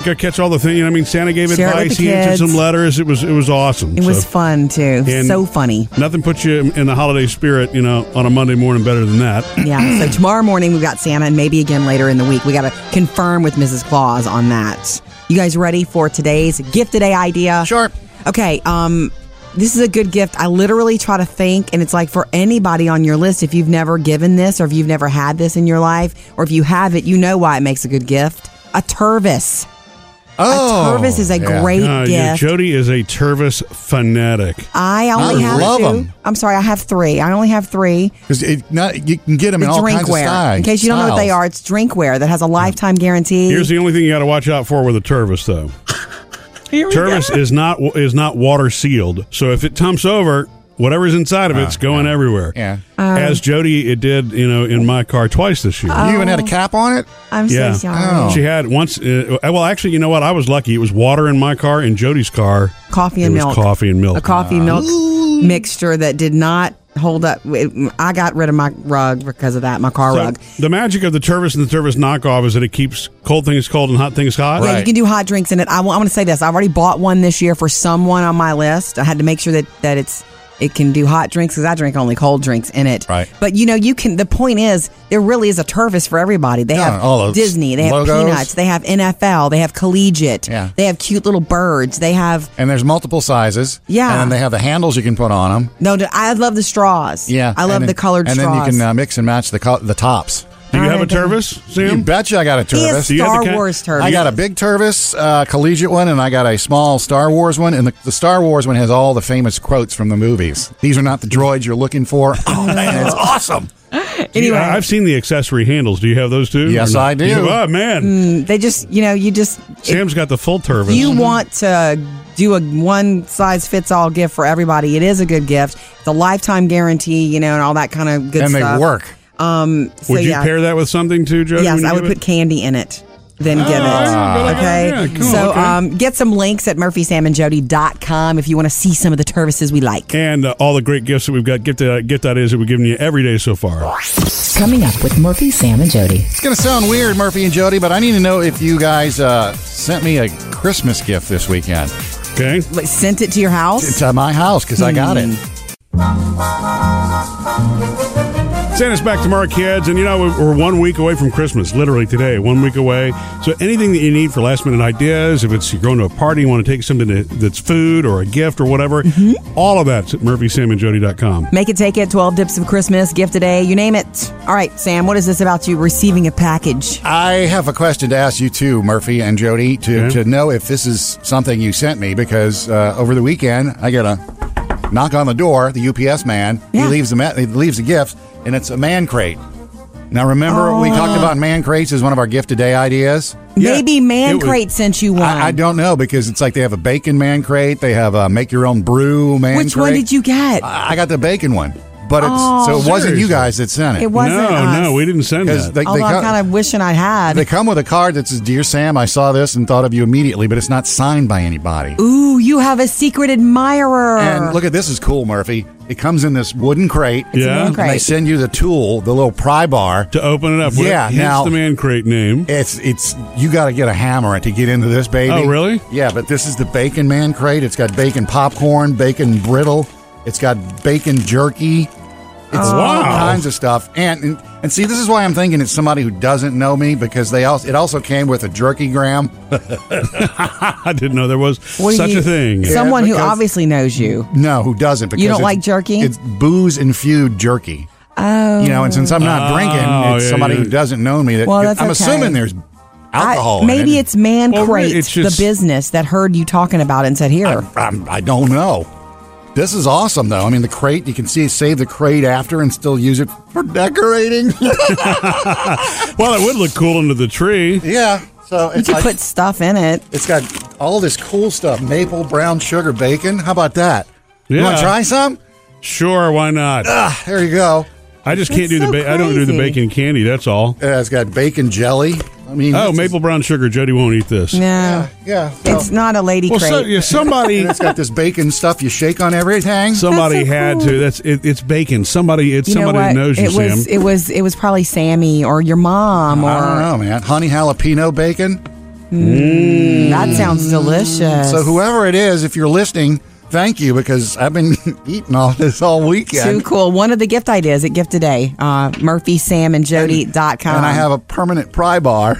Speaker 1: You got to catch all the things. You know, what I mean, Santa gave
Speaker 2: Share it with
Speaker 1: advice.
Speaker 2: the
Speaker 1: He answered
Speaker 2: kids.
Speaker 1: some letters. It was it was awesome.
Speaker 2: it was fun too.
Speaker 1: And-
Speaker 2: So funny.
Speaker 1: Nothing puts you in the holiday spirit, you know, on a Monday morning better than that.
Speaker 2: Yeah. so tomorrow morning we've got Santa, and maybe again later in the week. We got to confirm with Mrs. Claus on that. You guys ready for today's gift today idea?
Speaker 3: Sharp.
Speaker 2: Okay. Um, this is a good gift. I literally try to think, and it's like for anybody on your list, if you've never given this or if you've never had this in your life, or if you have it, you know why it makes a good gift. A turvis.
Speaker 3: Oh,
Speaker 2: a turvis is a
Speaker 3: yeah.
Speaker 2: great
Speaker 1: Uh, yeah,
Speaker 2: gift.
Speaker 1: Jody is a Tervis fanatic.
Speaker 2: I only
Speaker 3: I
Speaker 2: have
Speaker 3: love
Speaker 2: two.
Speaker 3: 'em.
Speaker 2: I'm sorry, I have three. I only have three.
Speaker 3: 'Cause it- not- you can get them
Speaker 2: The
Speaker 3: in all kinds of
Speaker 2: drinkware.
Speaker 3: styles.
Speaker 2: In case you don't know what they
Speaker 3: styles.
Speaker 2: are, it's drinkware that has a lifetime guarantee.
Speaker 1: Here's the only thing you got to watch out for with a Tervis, though. Tervis is not is not water sealed, so if it tumps over, whatever's inside of it's going everywhere.
Speaker 3: Ah, Yeah.
Speaker 2: Um,
Speaker 1: As Jody, it did, you know, in my car twice this year.
Speaker 3: You even
Speaker 2: Oh.
Speaker 3: had a cap on it?
Speaker 2: I'm
Speaker 1: yeah,
Speaker 2: so sorry.
Speaker 3: Oh.
Speaker 1: she had once. Uh, well, actually, you know what? I was lucky. It was water in my car, in Jody's car,
Speaker 2: Coffee
Speaker 1: it
Speaker 2: and
Speaker 1: was
Speaker 2: milk.
Speaker 1: coffee and milk.
Speaker 2: A coffee milk mixture that did not hold up. It- I got rid of my rug because of that, my car
Speaker 1: So,
Speaker 2: rug.
Speaker 1: the magic of the Tervis and the Tervis knockoff is that it keeps cold things cold and hot things hot.
Speaker 2: Yeah, you can do hot drinks in it. I want to say this. I've already bought one this year for someone on my list. I had to make sure that, that it's it can do hot drinks because I drink only cold drinks in it.
Speaker 3: Right.
Speaker 2: But you know, you can. The point is, there really is a turvis for everybody. They
Speaker 3: Yeah,
Speaker 2: have
Speaker 3: all those
Speaker 2: Disney. They have
Speaker 3: logos.
Speaker 2: peanuts. They have NFL. They have collegiate.
Speaker 3: Yeah.
Speaker 2: They have cute little birds. They have
Speaker 3: And there's multiple sizes.
Speaker 2: Yeah.
Speaker 3: And then they have the handles you can put on them.
Speaker 2: no. I love the straws.
Speaker 3: Yeah.
Speaker 2: I love
Speaker 3: and then-
Speaker 2: the colored
Speaker 3: And
Speaker 2: straws.
Speaker 3: then you can uh, mix and match the co- the tops.
Speaker 1: Do you
Speaker 2: All
Speaker 1: have a
Speaker 2: right, then.
Speaker 1: Tervis,
Speaker 3: You
Speaker 1: Sam?
Speaker 3: betcha I got a
Speaker 2: He
Speaker 3: Turvis.
Speaker 2: is
Speaker 1: Do you have the
Speaker 2: Star
Speaker 1: kind-
Speaker 2: Wars turvis.
Speaker 3: I got a big Turvis uh, collegiate one, and I got a small Star Wars one. And the, the Star Wars one has all the famous quotes from the movies. These are not the droids you're looking for. Oh man, it's awesome!
Speaker 1: Do you-
Speaker 2: anyway.
Speaker 1: I- I've seen the accessory handles. Do you have those too?
Speaker 3: Yes,
Speaker 1: Or not?
Speaker 3: I do.
Speaker 1: You- oh man,
Speaker 2: They just you know you just
Speaker 1: Sam's got the full Tervis.
Speaker 2: you want to do a one size fits all gift for everybody, it is a good gift. It's a lifetime guarantee, you know, and all that kind of good
Speaker 3: and
Speaker 2: stuff.
Speaker 3: they work.
Speaker 2: Um, so
Speaker 1: Would you
Speaker 2: yeah.
Speaker 1: pair that with something too, Jody?
Speaker 2: Yes,
Speaker 1: when you
Speaker 2: I would
Speaker 1: give
Speaker 2: put
Speaker 1: it?
Speaker 2: candy in it. Then give it.
Speaker 1: Ah, good
Speaker 2: okay.
Speaker 1: idea. Cool,
Speaker 2: so
Speaker 1: okay.
Speaker 2: Um, get some links at murphysamandjody.com if you want to see some of the services we like.
Speaker 1: and uh, all the great gifts that we've got. Gift that, gift that is that we've given you every day so far.
Speaker 5: Coming up with Murphy, Sam, and Jody.
Speaker 3: It's gonna sound weird, Murphy and Jody, but I need to know if you guys uh, sent me a Christmas gift this weekend
Speaker 1: Okay.
Speaker 2: Like, sent it to your house. Hmm.
Speaker 3: to my house because I got it.
Speaker 1: Send us back tomorrow, kids. And you know, we're- we're one week away from Christmas, literally today, one week away. So anything that you need for last minute ideas, if it's you're going to a party, you want to take something that- that's food or a gift or whatever,
Speaker 2: Mm-hmm.
Speaker 1: all of that's at murphysamandjody.com.
Speaker 2: Make it, take it, 12 dips of Christmas, gift a day, you name it. All right, Sam, what is this about you receiving a package?
Speaker 3: I have a question to ask you too, Murphy and Jody, to,
Speaker 1: Okay.
Speaker 3: to know if this is something you sent me because uh, over the weekend I got a knock on the door. The UPS man
Speaker 2: Yeah.
Speaker 3: he leaves the ma- he leaves the gifts and it's a man crate. Now remember we
Speaker 2: Oh.
Speaker 3: talked about man crates as one of our gift today ideas.
Speaker 1: Yeah,
Speaker 2: Maybe Man
Speaker 1: it was-
Speaker 2: Crate sent you one.
Speaker 3: I, I don't know because it's like they have a bacon man crate. They have a make your own brew man.
Speaker 2: Which
Speaker 3: crate.
Speaker 2: one did you get? Oh.
Speaker 3: I I got the bacon one, but it's so it wasn't
Speaker 1: Seriously?
Speaker 3: you guys that sent it.
Speaker 2: it wasn't
Speaker 1: no,
Speaker 2: us.
Speaker 1: no, we didn't send that.
Speaker 3: they,
Speaker 2: Although I'm
Speaker 3: co-
Speaker 2: kind of wishing I had.
Speaker 3: They come with a card that says, Dear Sam, I saw this and thought of you immediately, but it's not signed by anybody.
Speaker 2: Ooh, you have a secret admirer.
Speaker 3: And look at this is cool, Murphy. It comes in this wooden crate.
Speaker 1: It's a man
Speaker 3: And they
Speaker 2: crate.
Speaker 3: send you the tool, the little pry bar.
Speaker 1: to open it up. What-
Speaker 3: Yeah,
Speaker 1: hence
Speaker 3: now-
Speaker 1: the man crate name.
Speaker 3: It's it's you got to get a hammer to get into this baby.
Speaker 1: Oh, really?
Speaker 3: Yeah, but this is the bacon man crate. It's got bacon popcorn, bacon brittle. It's got bacon jerky. It's all
Speaker 1: Oh, Wow.
Speaker 3: kinds of stuff. And, and and see, this is why I'm thinking it's somebody who doesn't know me because they also it also came with a jerky gram.
Speaker 1: I didn't know there was
Speaker 2: What do
Speaker 1: such
Speaker 2: you-
Speaker 1: a thing.
Speaker 2: Someone who
Speaker 3: because-
Speaker 2: obviously knows you.
Speaker 3: No, who doesn't? Because
Speaker 2: don't
Speaker 3: it's-
Speaker 2: like jerky?
Speaker 3: It's booze infused jerky.
Speaker 2: Oh.
Speaker 3: You know, and since I'm not
Speaker 1: Oh,
Speaker 3: drinking, it's
Speaker 1: yeah,
Speaker 3: somebody
Speaker 1: yeah.
Speaker 3: who doesn't know me. That
Speaker 2: Well, that's
Speaker 3: I'm
Speaker 2: okay.
Speaker 3: assuming there's alcohol.
Speaker 2: I, maybe
Speaker 3: in it.
Speaker 2: it's Man
Speaker 1: Oh, Well,
Speaker 2: Crate,
Speaker 1: it's just-
Speaker 2: the business that heard you talking about it and said, "Here."
Speaker 3: I'm, I don't know. This is awesome, though. I mean, the crate, you can see save the crate after and still use it for decorating.
Speaker 1: Well, it would look cool under the tree.
Speaker 3: yeah. So
Speaker 2: you
Speaker 3: it's
Speaker 2: could
Speaker 3: like,
Speaker 2: put stuff in it.
Speaker 3: it's got all this cool stuff maple, brown sugar, bacon. How about that? You want
Speaker 1: Yeah.
Speaker 3: to try some?
Speaker 1: Sure, why not?
Speaker 3: Ah, there you go.
Speaker 1: I just can't
Speaker 2: That's
Speaker 1: do the.
Speaker 2: so
Speaker 1: Ba- I don't do the
Speaker 2: crazy.
Speaker 1: bacon candy. That's all.
Speaker 3: Uh, it's got bacon jelly. I mean,
Speaker 1: Oh,
Speaker 3: this is-
Speaker 1: maple brown sugar. Jody won't eat this.
Speaker 2: No,
Speaker 3: Yeah. yeah so-
Speaker 2: it's not a lady
Speaker 1: Well,
Speaker 2: crate.
Speaker 1: so, yeah, somebody,
Speaker 3: and it's got this bacon stuff you shake on everything.
Speaker 1: somebody
Speaker 2: That's so
Speaker 1: had
Speaker 2: cool.
Speaker 1: to. That's it, it's bacon. Somebody, it's
Speaker 2: you know
Speaker 1: somebody
Speaker 2: what?
Speaker 1: that knows you,
Speaker 2: it was
Speaker 1: Sam.
Speaker 2: it was it was probably Sammy or your mom or
Speaker 3: I don't know, man. Honey jalapeno bacon.
Speaker 1: Mm.
Speaker 2: that sounds delicious.
Speaker 3: So whoever it is, if you're listening, thank you because I've been eating all this all weekend.
Speaker 2: Too cool. One of the gift ideas at Gift Today, uh, murphysamandjody.com.
Speaker 3: and I have a permanent pry bar.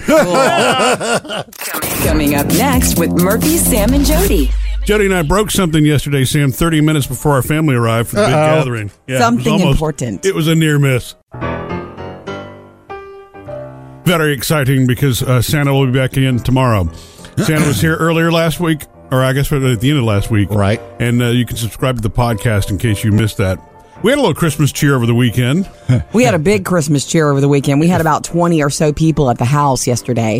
Speaker 5: Coming up next with Murphy, Sam, and Jody.
Speaker 1: Jody and I broke something yesterday, Sam. Thirty minutes before our family arrived for the big gathering. Yeah, it was
Speaker 2: Something important.
Speaker 1: It was a near miss. Very exciting because uh, Santa will be back in tomorrow. Santa was here earlier last week, or I guess at the end of last week,
Speaker 3: Right.
Speaker 1: And uh, you can subscribe to the podcast in case you missed that. We had a little Christmas cheer over the weekend.
Speaker 2: we had a big Christmas cheer over the weekend. We had about 20 or so people at the house yesterday.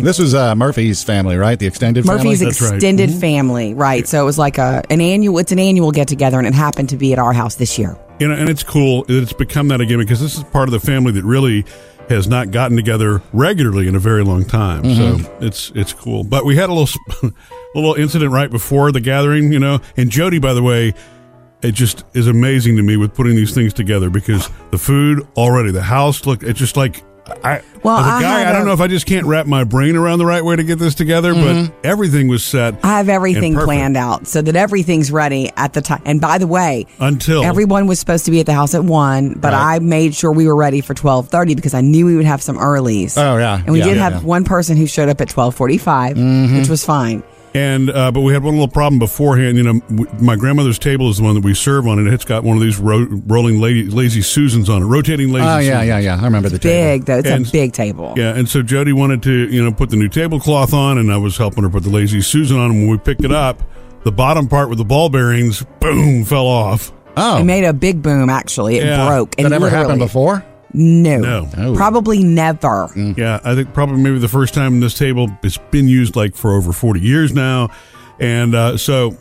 Speaker 3: this was uh, Murphy's family, Mm-hmm. right? The extended
Speaker 2: Murphy's
Speaker 1: That's right.
Speaker 2: extended family, right? So it was like a an annual. It's an annual get together, and it happened to be at our house this year.
Speaker 1: You know, and it's cool that it's become that again because this is part of the family that really has not gotten together regularly in a very long time. So
Speaker 2: Mm-hmm.
Speaker 1: it's it's cool. But we had a little sp- little incident right before the gathering, you know. And Jody, by the way, it just is amazing to me with putting these things together because the food already, the house look, it's just like. I,
Speaker 2: Well,
Speaker 1: as a
Speaker 2: I
Speaker 1: guy,
Speaker 2: had
Speaker 1: I don't
Speaker 2: a-
Speaker 1: know if I just can't wrap my brain around the right way to get this together, but everything was set.
Speaker 2: Mm-hmm. I have
Speaker 1: and
Speaker 2: everything
Speaker 1: perfect
Speaker 2: planned out so that everything's ready at the time. And by the way,
Speaker 1: until
Speaker 2: everyone was supposed to be at the house at one, but I made sure we were ready for twelve thirty because I knew we would have some earlies.
Speaker 3: Oh, yeah.
Speaker 2: and we
Speaker 3: Yeah,
Speaker 2: did
Speaker 3: yeah,
Speaker 2: have
Speaker 3: yeah. Mm-hmm.
Speaker 2: one person who showed up at twelve which was fine.
Speaker 1: And uh, but we had one little problem beforehand. You know, w- my grandmother's table is the one that we serve on, and it's got one of these ro- rolling lady, lazy susans on it, rotating lazy.
Speaker 3: Oh yeah,
Speaker 1: Susans.
Speaker 3: yeah, yeah. I remember the table.
Speaker 2: Big though, it's
Speaker 1: And-
Speaker 2: a big table.
Speaker 1: Yeah, and so Jody wanted to, you know, put the new tablecloth on, and I was helping her put the lazy susan on. And when we picked it up, the bottom part with the ball bearings, boom, fell off.
Speaker 2: It
Speaker 3: Oh,
Speaker 2: made a big boom. Actually, it
Speaker 1: Yeah.
Speaker 2: broke.
Speaker 3: that never happened
Speaker 2: literally-
Speaker 3: before. Mm,
Speaker 2: No,
Speaker 1: No.
Speaker 3: Oh.
Speaker 2: probably never.
Speaker 1: Yeah, I think probably maybe the first time this table it's been used like for over forty years now, and uh, so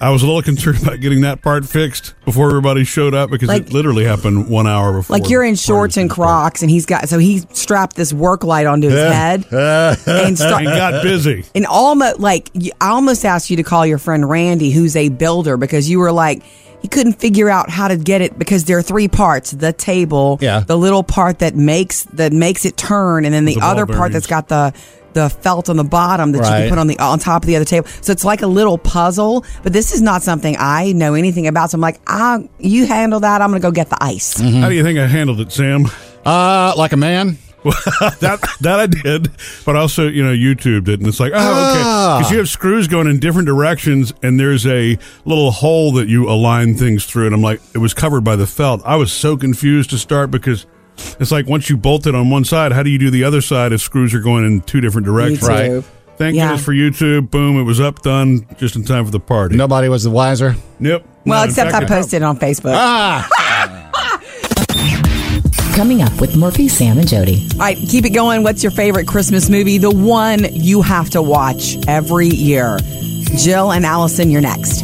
Speaker 1: I was a little concerned about getting that part fixed before everybody showed up because
Speaker 2: Like-
Speaker 1: it literally happened one hour before.
Speaker 2: Like you're in shorts and Crocs, and he's got so he strapped this work light onto his head and
Speaker 1: and
Speaker 2: start.
Speaker 1: got busy.
Speaker 2: And almost like you- I almost asked you to call your friend Randy, who's a builder, because you were like, he couldn't figure out how to get it because there are three parts: the table,
Speaker 3: Yeah.
Speaker 2: the little part that makes that makes it turn, and then the,
Speaker 1: The ball
Speaker 2: other part
Speaker 1: bearings.
Speaker 2: that's got the the felt on the bottom that you
Speaker 3: Right.
Speaker 2: can put on the on top of the other table. So it's like a little puzzle. But this is not something I know anything about. So I'm like, ah, you handle that. I'm gonna go get the ice.
Speaker 3: Mm-hmm.
Speaker 1: How do you think I handled it, Sam?
Speaker 3: Uh, like a man.
Speaker 1: that that I did, but also you know YouTube did, and it's like oh okay,
Speaker 3: Ah.
Speaker 1: because you have screws going in different directions, and there's a little hole that you align things through, and I'm like it was covered by the felt. I was so confused to start because it's like once you bolt it on one side, how do you do the other side if screws are going in two different directions?
Speaker 3: Right.
Speaker 2: YouTube.
Speaker 1: Thank
Speaker 2: Yeah.
Speaker 1: goodness for YouTube. Boom, it was up, done, just in time for the party.
Speaker 3: Nobody was the wiser.
Speaker 1: Nope.
Speaker 2: Well,
Speaker 1: Not
Speaker 2: except I
Speaker 1: infected.
Speaker 2: posted it on Facebook.
Speaker 3: Ah,
Speaker 5: Coming up with Murphy, Sam, and Jody.
Speaker 2: All right, keep it going. What's your favorite Christmas movie? The one you have to watch every year. Jill and Allison, you're next.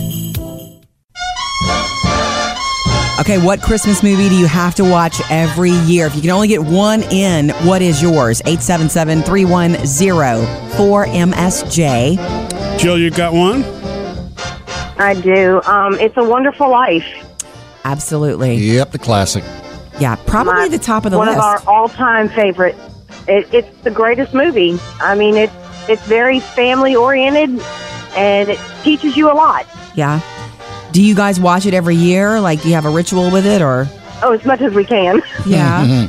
Speaker 2: Okay, what Christmas movie do you have to watch every year? If you can only get one in, what is yours? 877 310 4MSJ.
Speaker 1: Jill, you got one?
Speaker 10: I do. Um, it's a Wonderful Life.
Speaker 2: Absolutely.
Speaker 3: yep, the classic.
Speaker 2: Yeah, probably
Speaker 10: My-
Speaker 2: the top of the
Speaker 10: one
Speaker 2: list.
Speaker 10: of our all-time favorites. It, it's the greatest movie. I mean, it's it's very family-oriented, and it teaches you a lot.
Speaker 2: yeah. Do you guys watch it every year? Like, do you have a ritual with it or?
Speaker 10: Oh, as much as we can.
Speaker 2: Yeah.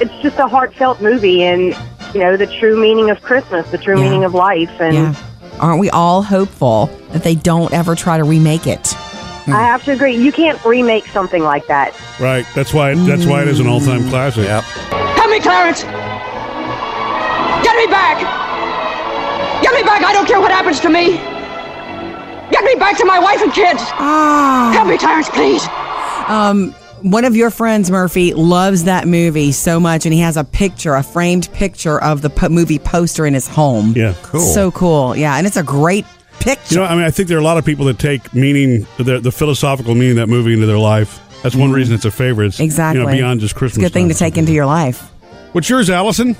Speaker 10: It's just a heartfelt movie, and you know the true meaning of Christmas, the true
Speaker 2: Yeah.
Speaker 10: meaning of life, and
Speaker 2: Yeah. Aren't we all hopeful that they don't ever try to remake it?
Speaker 10: I have to agree. You can't remake something like that.
Speaker 1: Right. That's why. That's why it is an all-time classic.
Speaker 3: Yep.
Speaker 4: Help me, Clarence! Get me back! Get me back! I don't care what happens to me! Get me back to my wife and kids! Help me, Clarence, please!
Speaker 2: Um, one of your friends, Murphy, loves that movie so much, and he has a picture, a framed picture of the po- movie poster in his home.
Speaker 1: Yeah.
Speaker 2: So cool. Yeah. And it's a great picture.
Speaker 1: You know, I mean, I think there are a lot of people that take meaning, the, the philosophical meaning of that movie into their life. That's one reason it's a favorite. It's,
Speaker 2: Mm-hmm. exactly.
Speaker 1: You know, beyond just
Speaker 2: It's
Speaker 1: Christmas.
Speaker 2: a good thing to
Speaker 1: time.
Speaker 2: take into your life.
Speaker 1: What's yours, Allison?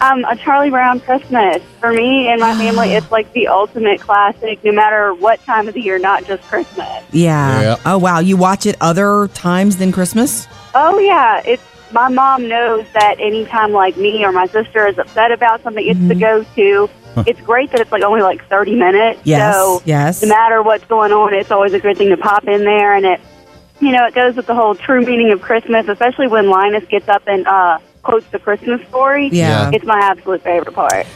Speaker 10: Um, a Charlie Brown Christmas. For me and my family, it's like the ultimate classic, no matter what time of the year, not just Christmas.
Speaker 2: Yeah.
Speaker 3: Yep.
Speaker 2: Oh, wow. You watch it other times than Christmas?
Speaker 10: Oh yeah, it's my mom knows that anytime like me or my sister is upset about something, it's the go-to. It's great that it's like only like thirty minutes.
Speaker 2: Yes.
Speaker 10: So
Speaker 2: yes.
Speaker 10: no matter what's going on, it's always a good thing to pop in there, and it you know it goes with the whole true meaning of Christmas, especially when Linus gets up and uh, quotes the Christmas story.
Speaker 2: Yeah.
Speaker 10: It's my absolute favorite part.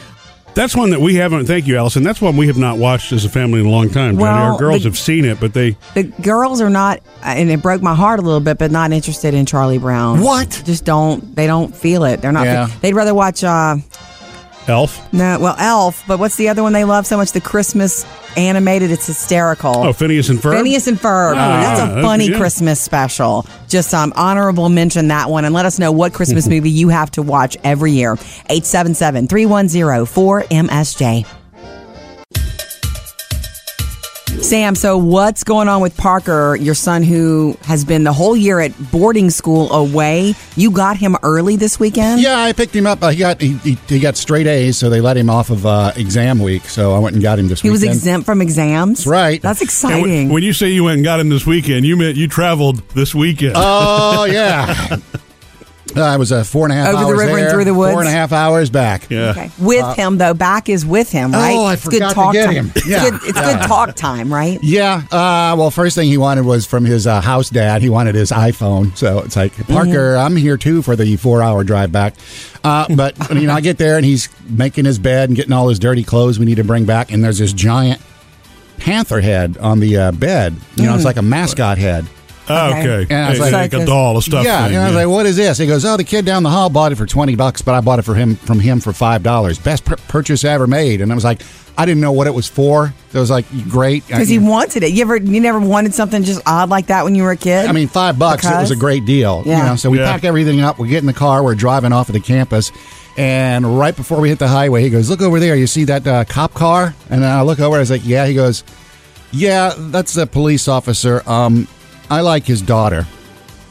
Speaker 1: That's one that we haven't. Thank you, Allison. That's one we have not watched as a family in a long time. Johnny.
Speaker 2: Well,
Speaker 1: Our girls
Speaker 2: the-
Speaker 1: have seen it, but they
Speaker 2: The girls are not, and it broke my heart a little bit, but not interested in Charlie Brown.
Speaker 3: What?
Speaker 2: Just don't. They don't feel it. They're not.
Speaker 3: Yeah.
Speaker 2: They'd rather watch. uh
Speaker 1: Elf.
Speaker 2: No, well, Elf. But what's the other one they love so much? The Christmas animated. It's hysterical.
Speaker 1: Oh, Phineas and Ferb.
Speaker 2: Phineas and Ferb.
Speaker 1: Ah,
Speaker 2: That's a
Speaker 1: that's
Speaker 2: funny
Speaker 1: good.
Speaker 2: Christmas special. Just um, honorable mention that one and let us know what Christmas movie you have to watch every year. 877 310 4MSJ. Sam, so what's going on with Parker, your son who has been the whole year at boarding school away? You got him early this weekend?
Speaker 3: Yeah, I picked him up. Uh, he got he, he, he got straight A's, so they let him off of uh, exam week. So I went and got him this
Speaker 2: He was
Speaker 3: weekend.
Speaker 2: exempt from exams? That's
Speaker 3: right.
Speaker 2: That's
Speaker 1: And
Speaker 2: exciting.
Speaker 1: when- when you say you went and got him this weekend, you meant you traveled this weekend.
Speaker 3: Oh yeah. Uh, I was uh, four and a half
Speaker 2: Over the
Speaker 3: hours
Speaker 2: river and
Speaker 3: there,
Speaker 2: through the woods?
Speaker 3: Four and a half hours back.
Speaker 1: yeah.
Speaker 2: Okay. With him though, back is with him, right?
Speaker 3: Uh, Oh, I forgot to get
Speaker 2: time.
Speaker 3: him.
Speaker 2: It's,
Speaker 3: Yeah.
Speaker 2: good, it's good talk time, right?
Speaker 3: Yeah. Uh, well, first thing he wanted was from his uh, house dad. He wanted his iPhone. So it's like, Parker, I'm here too for the four hour drive back. Uh, but, you know, I get there and he's making his bed and getting all his dirty clothes we need to bring back. And there's this giant panther head on the uh, bed. You
Speaker 2: Mm.
Speaker 3: know, it's like a mascot head.
Speaker 1: Oh, okay.
Speaker 2: Okay.
Speaker 3: And I was
Speaker 1: Hey,
Speaker 3: like-
Speaker 1: a doll, a stuffed
Speaker 3: yeah.
Speaker 1: thing,
Speaker 3: and I was like, what is this? He goes, oh, the kid down the hall bought it for 20 bucks, but I bought it for him from him for $5. Best pur- purchase ever made. And I was like, I didn't know what it was for. So I was like, great.
Speaker 2: Because
Speaker 3: I-
Speaker 2: he wanted it. You ever you never wanted something just odd like that when you were a kid?
Speaker 3: I mean, five bucks. It was
Speaker 2: Because-
Speaker 3: a great deal.
Speaker 2: Yeah.
Speaker 3: You know, so we
Speaker 1: Yeah.
Speaker 3: packed everything up. We get in the car. We're driving off of the campus, and right before we hit the highway, he goes, "Look over there. You see that uh, cop car?" And then I look over. I was like, "Yeah." He goes, "Yeah, that's a police officer. Um, I like his daughter."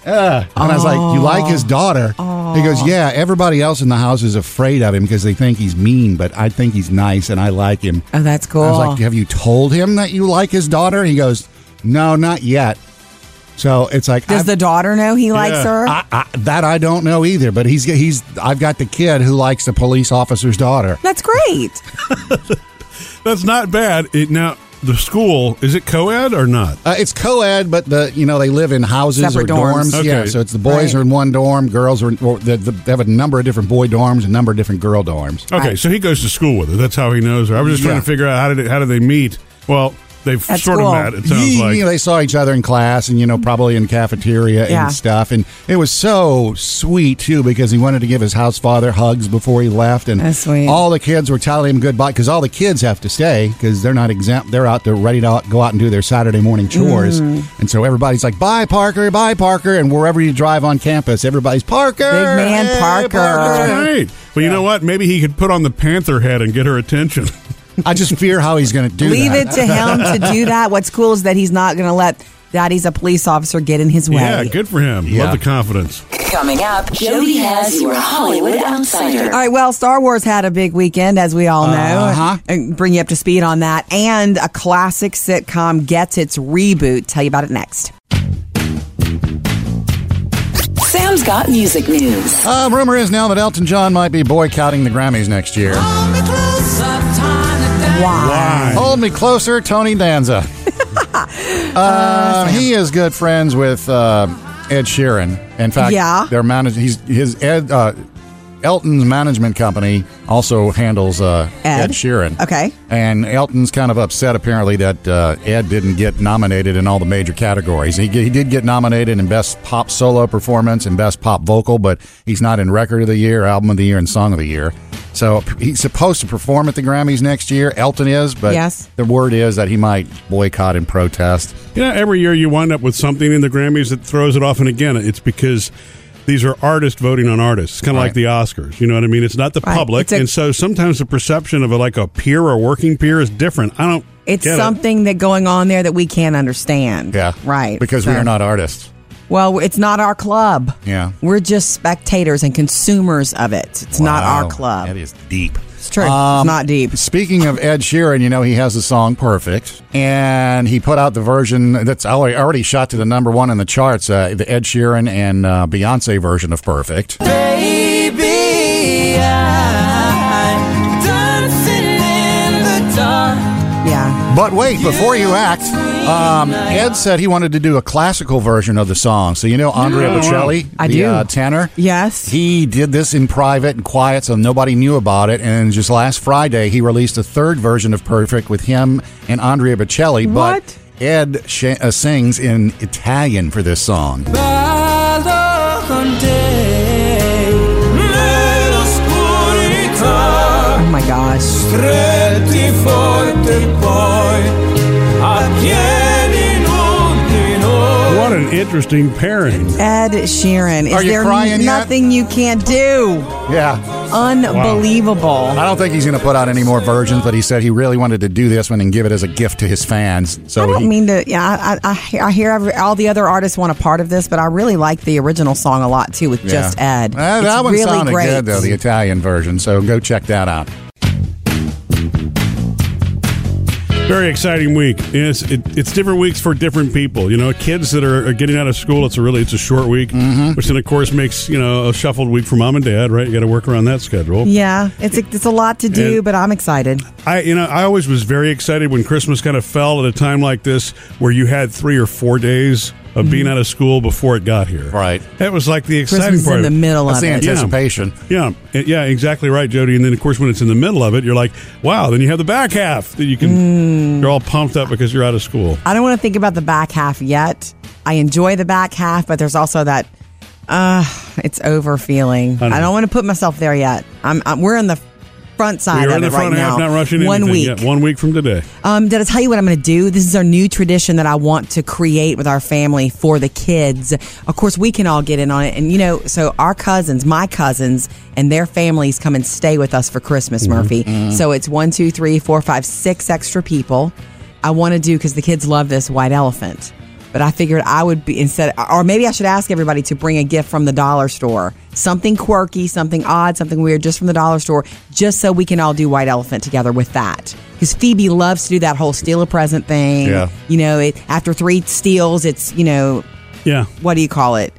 Speaker 3: Uh, and I was like, "You like
Speaker 2: Oh.
Speaker 3: his daughter?" He goes, "Yeah. Everybody else in the house is afraid of him because they think he's mean, but I think he's nice and I like him."
Speaker 2: Oh, that's cool.
Speaker 3: I was like, "Have you told him that you like his daughter?" He goes, No, not yet. So it's like
Speaker 2: Does
Speaker 3: I've-
Speaker 2: the daughter know he likes her?
Speaker 3: I, I, that I don't know either. But he's he's I've got the kid who likes the police officer's daughter.
Speaker 2: That's great.
Speaker 1: That's not bad. It, now, the school, is it co ed or not?
Speaker 3: Uh, it's co-ed, but the you know they live in houses
Speaker 2: Separate
Speaker 3: or
Speaker 2: dorms.
Speaker 3: dorms. Yeah,
Speaker 1: Okay.
Speaker 3: so it's the boys
Speaker 2: Right.
Speaker 3: are in one dorm, girls are in, or the, the, they have a number of different boy dorms, a number of different girl dorms.
Speaker 1: Okay, so he goes to school with her. That's how he knows her. I was just trying
Speaker 3: Yeah.
Speaker 1: to figure out how did it, how do they meet? Well, they've
Speaker 2: At
Speaker 1: sort
Speaker 2: school.
Speaker 1: of met. It sounds
Speaker 3: you,
Speaker 1: like
Speaker 3: you know, they saw each other in class, and you know probably in cafeteria
Speaker 2: Yeah.
Speaker 3: and stuff. And it was so sweet too because he wanted to give his house father hugs before he left, and
Speaker 2: That's sweet.
Speaker 3: all the kids were telling him goodbye because all the kids have to stay because they're not exempt. They're out there ready to out- go out and do their Saturday morning chores,
Speaker 2: Mm.
Speaker 3: and so everybody's like, "Bye, Parker! Bye, Parker!" And wherever you drive on campus, everybody's Parker,
Speaker 2: Big man Parker."
Speaker 1: That's
Speaker 2: Uh,
Speaker 1: right. Well, you know what? Maybe he could put on the panther head and get her attention.
Speaker 3: I just fear how he's going to do
Speaker 2: Leave
Speaker 3: that.
Speaker 2: it to him to do that. What's cool is that he's not going to let Daddy's a police officer get in his way.
Speaker 1: yeah, good for him.
Speaker 3: Yeah.
Speaker 1: Love the confidence.
Speaker 5: Coming up, Jody has your Hollywood Outsider.
Speaker 2: All right, well, Star Wars had a big weekend, as we all know.
Speaker 3: Uh-huh.
Speaker 2: And bring you up to speed on that. And a classic sitcom gets its reboot. Tell you about it next.
Speaker 5: Sam's got music news.
Speaker 3: Uh, rumor is now that Elton John might be boycotting the Grammys next year.
Speaker 2: Why?
Speaker 3: Hold me closer, Tony Danza. Uh, he is good friends with uh, Ed Sheeran. In fact,
Speaker 2: Yeah.
Speaker 3: their manage- he's his Ed uh, Elton's management company also handles uh,
Speaker 2: Ed?
Speaker 3: Ed? Sheeran.
Speaker 2: Okay.
Speaker 3: And Elton's kind of upset apparently that uh, Ed didn't get nominated in all the major categories. He, he did get nominated in Best Pop Solo Performance and Best Pop Vocal, but he's not in Record of the Year, Album of the Year, and Song of the Year. So he's supposed to perform at the Grammys next year. Elton is, but
Speaker 2: Yes.
Speaker 3: the word is that he might boycott and protest.
Speaker 1: You know, every year you wind up with something in the Grammys that throws it off, and again, it's because these are artists voting on artists. It's kind of like
Speaker 3: Right.
Speaker 1: the Oscars. You know what I mean? It's not the
Speaker 2: Right.
Speaker 1: public,
Speaker 2: It's a-
Speaker 1: and so sometimes the perception of a, like a peer or working peer is different. I don't.
Speaker 2: It's
Speaker 1: get it.
Speaker 2: something that going on there that we can't understand.
Speaker 3: Yeah.
Speaker 2: Right.
Speaker 3: Because we
Speaker 2: So-
Speaker 3: are not artists.
Speaker 2: Well, it's not our club.
Speaker 3: Yeah.
Speaker 2: We're just spectators and consumers of it. It's not our
Speaker 3: Wow.
Speaker 2: club.
Speaker 3: That is deep.
Speaker 2: It's true.
Speaker 3: Um,
Speaker 2: it's not deep.
Speaker 3: Speaking of Ed Sheeran, you know he has the song "Perfect," and he put out the version that's already already shot to the number one in the charts. Uh, the Ed Sheeran and uh, Beyonce version of "Perfect."
Speaker 2: Yeah.
Speaker 3: But wait, before you act, um, Ed said he wanted to do a classical version of the song. So you know Andrea
Speaker 1: No.
Speaker 3: Bocelli,
Speaker 2: Oh, I
Speaker 3: the
Speaker 2: do.
Speaker 3: Uh, tenor.
Speaker 2: Yes.
Speaker 3: He did this in private and quiet, so nobody knew about it. And just last Friday, he released a third version of "Perfect" with him and Andrea Bocelli.
Speaker 2: What?
Speaker 3: But Ed sh- uh, sings in Italian for this song.
Speaker 2: oh my gosh.
Speaker 1: What an interesting pairing.
Speaker 2: Ed Sheeran. Is
Speaker 3: Are you
Speaker 2: there
Speaker 3: crying yet?
Speaker 2: nothing you can't do?
Speaker 3: Yeah,
Speaker 2: Unbelievable.
Speaker 3: I don't think he's going to put out any more versions, but he said he really wanted to do this one and give it as a gift to his fans. So
Speaker 2: I don't
Speaker 3: he,
Speaker 2: mean to. Yeah, I, I, I hear every, all the other artists want a part of this, but I really like the original song a lot too with
Speaker 3: yeah.
Speaker 2: just Ed.
Speaker 3: Uh, that
Speaker 2: It's
Speaker 3: one
Speaker 2: really
Speaker 3: sounded
Speaker 2: great.
Speaker 3: good though, the Italian version. So go check that out.
Speaker 1: Very exciting week. And It's it, it's different weeks for different people. You know, kids that are, are getting out of school. It's a really it's a short week,
Speaker 2: Mm-hmm.
Speaker 1: which then of course makes you know a shuffled week for mom and dad. Right, you got to work around that schedule.
Speaker 2: yeah, it's a, it's a lot to do,
Speaker 1: And-
Speaker 2: but I'm excited.
Speaker 1: I you know I always was very excited when Christmas kind of fell at a time like this where you had three or four days of being out of school before it got here.
Speaker 3: Right.
Speaker 1: That was like the exciting
Speaker 2: Mm-hmm. Christmas is
Speaker 1: part.
Speaker 2: in the middle
Speaker 3: That's
Speaker 2: of
Speaker 3: the
Speaker 2: it.
Speaker 3: anticipation.
Speaker 1: Yeah, it- yeah, exactly right, Jody. And then, of course, when it's in the middle of it, you're like, "Wow!" Then you have the back half that you
Speaker 2: Mm.
Speaker 1: can. You're all pumped up because you're out of school.
Speaker 2: I don't want to think about the back half yet. I enjoy the back half, but there's also that uh it's over feeling. I,
Speaker 1: know.
Speaker 2: don't want to put myself there yet. I'm, I'm we're in the front side
Speaker 1: We are
Speaker 2: of
Speaker 1: in
Speaker 2: it
Speaker 1: the front
Speaker 2: right
Speaker 1: half,
Speaker 2: now.
Speaker 1: not rushing
Speaker 2: One
Speaker 1: anything
Speaker 2: week.
Speaker 1: yet. One week from today.
Speaker 2: Um, did I tell you what I'm going to do? This is our new tradition that I want to create with our family for the kids. Of course, we can all get in on it. And, you know, so our cousins, my cousins, and their families come and stay with us for Christmas, Murphy. So it's one, two, three, four, five, six extra people. I want to do, because the kids love this, white elephant. But I figured I would be instead, or maybe I should ask everybody to bring a gift from the dollar store. Something quirky, something odd, something weird, just from the dollar store, just so we can all do White Elephant together with that. Because Phoebe loves to do that whole steal a present thing.
Speaker 1: Yeah.
Speaker 2: You know, it, after three steals, it's, you know,
Speaker 1: Yeah.
Speaker 2: what do you call it?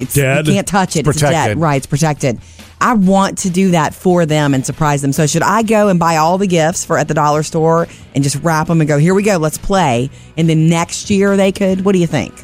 Speaker 2: It's
Speaker 1: Dead.
Speaker 2: You can't touch it.
Speaker 1: It's
Speaker 2: It's, a dead.
Speaker 1: protected.
Speaker 2: Right. It's protected. I want to do that for them and surprise them. So should I go and buy all the gifts for at the dollar store and just wrap them and go, here we go, let's play. And then next year they could, what do you think?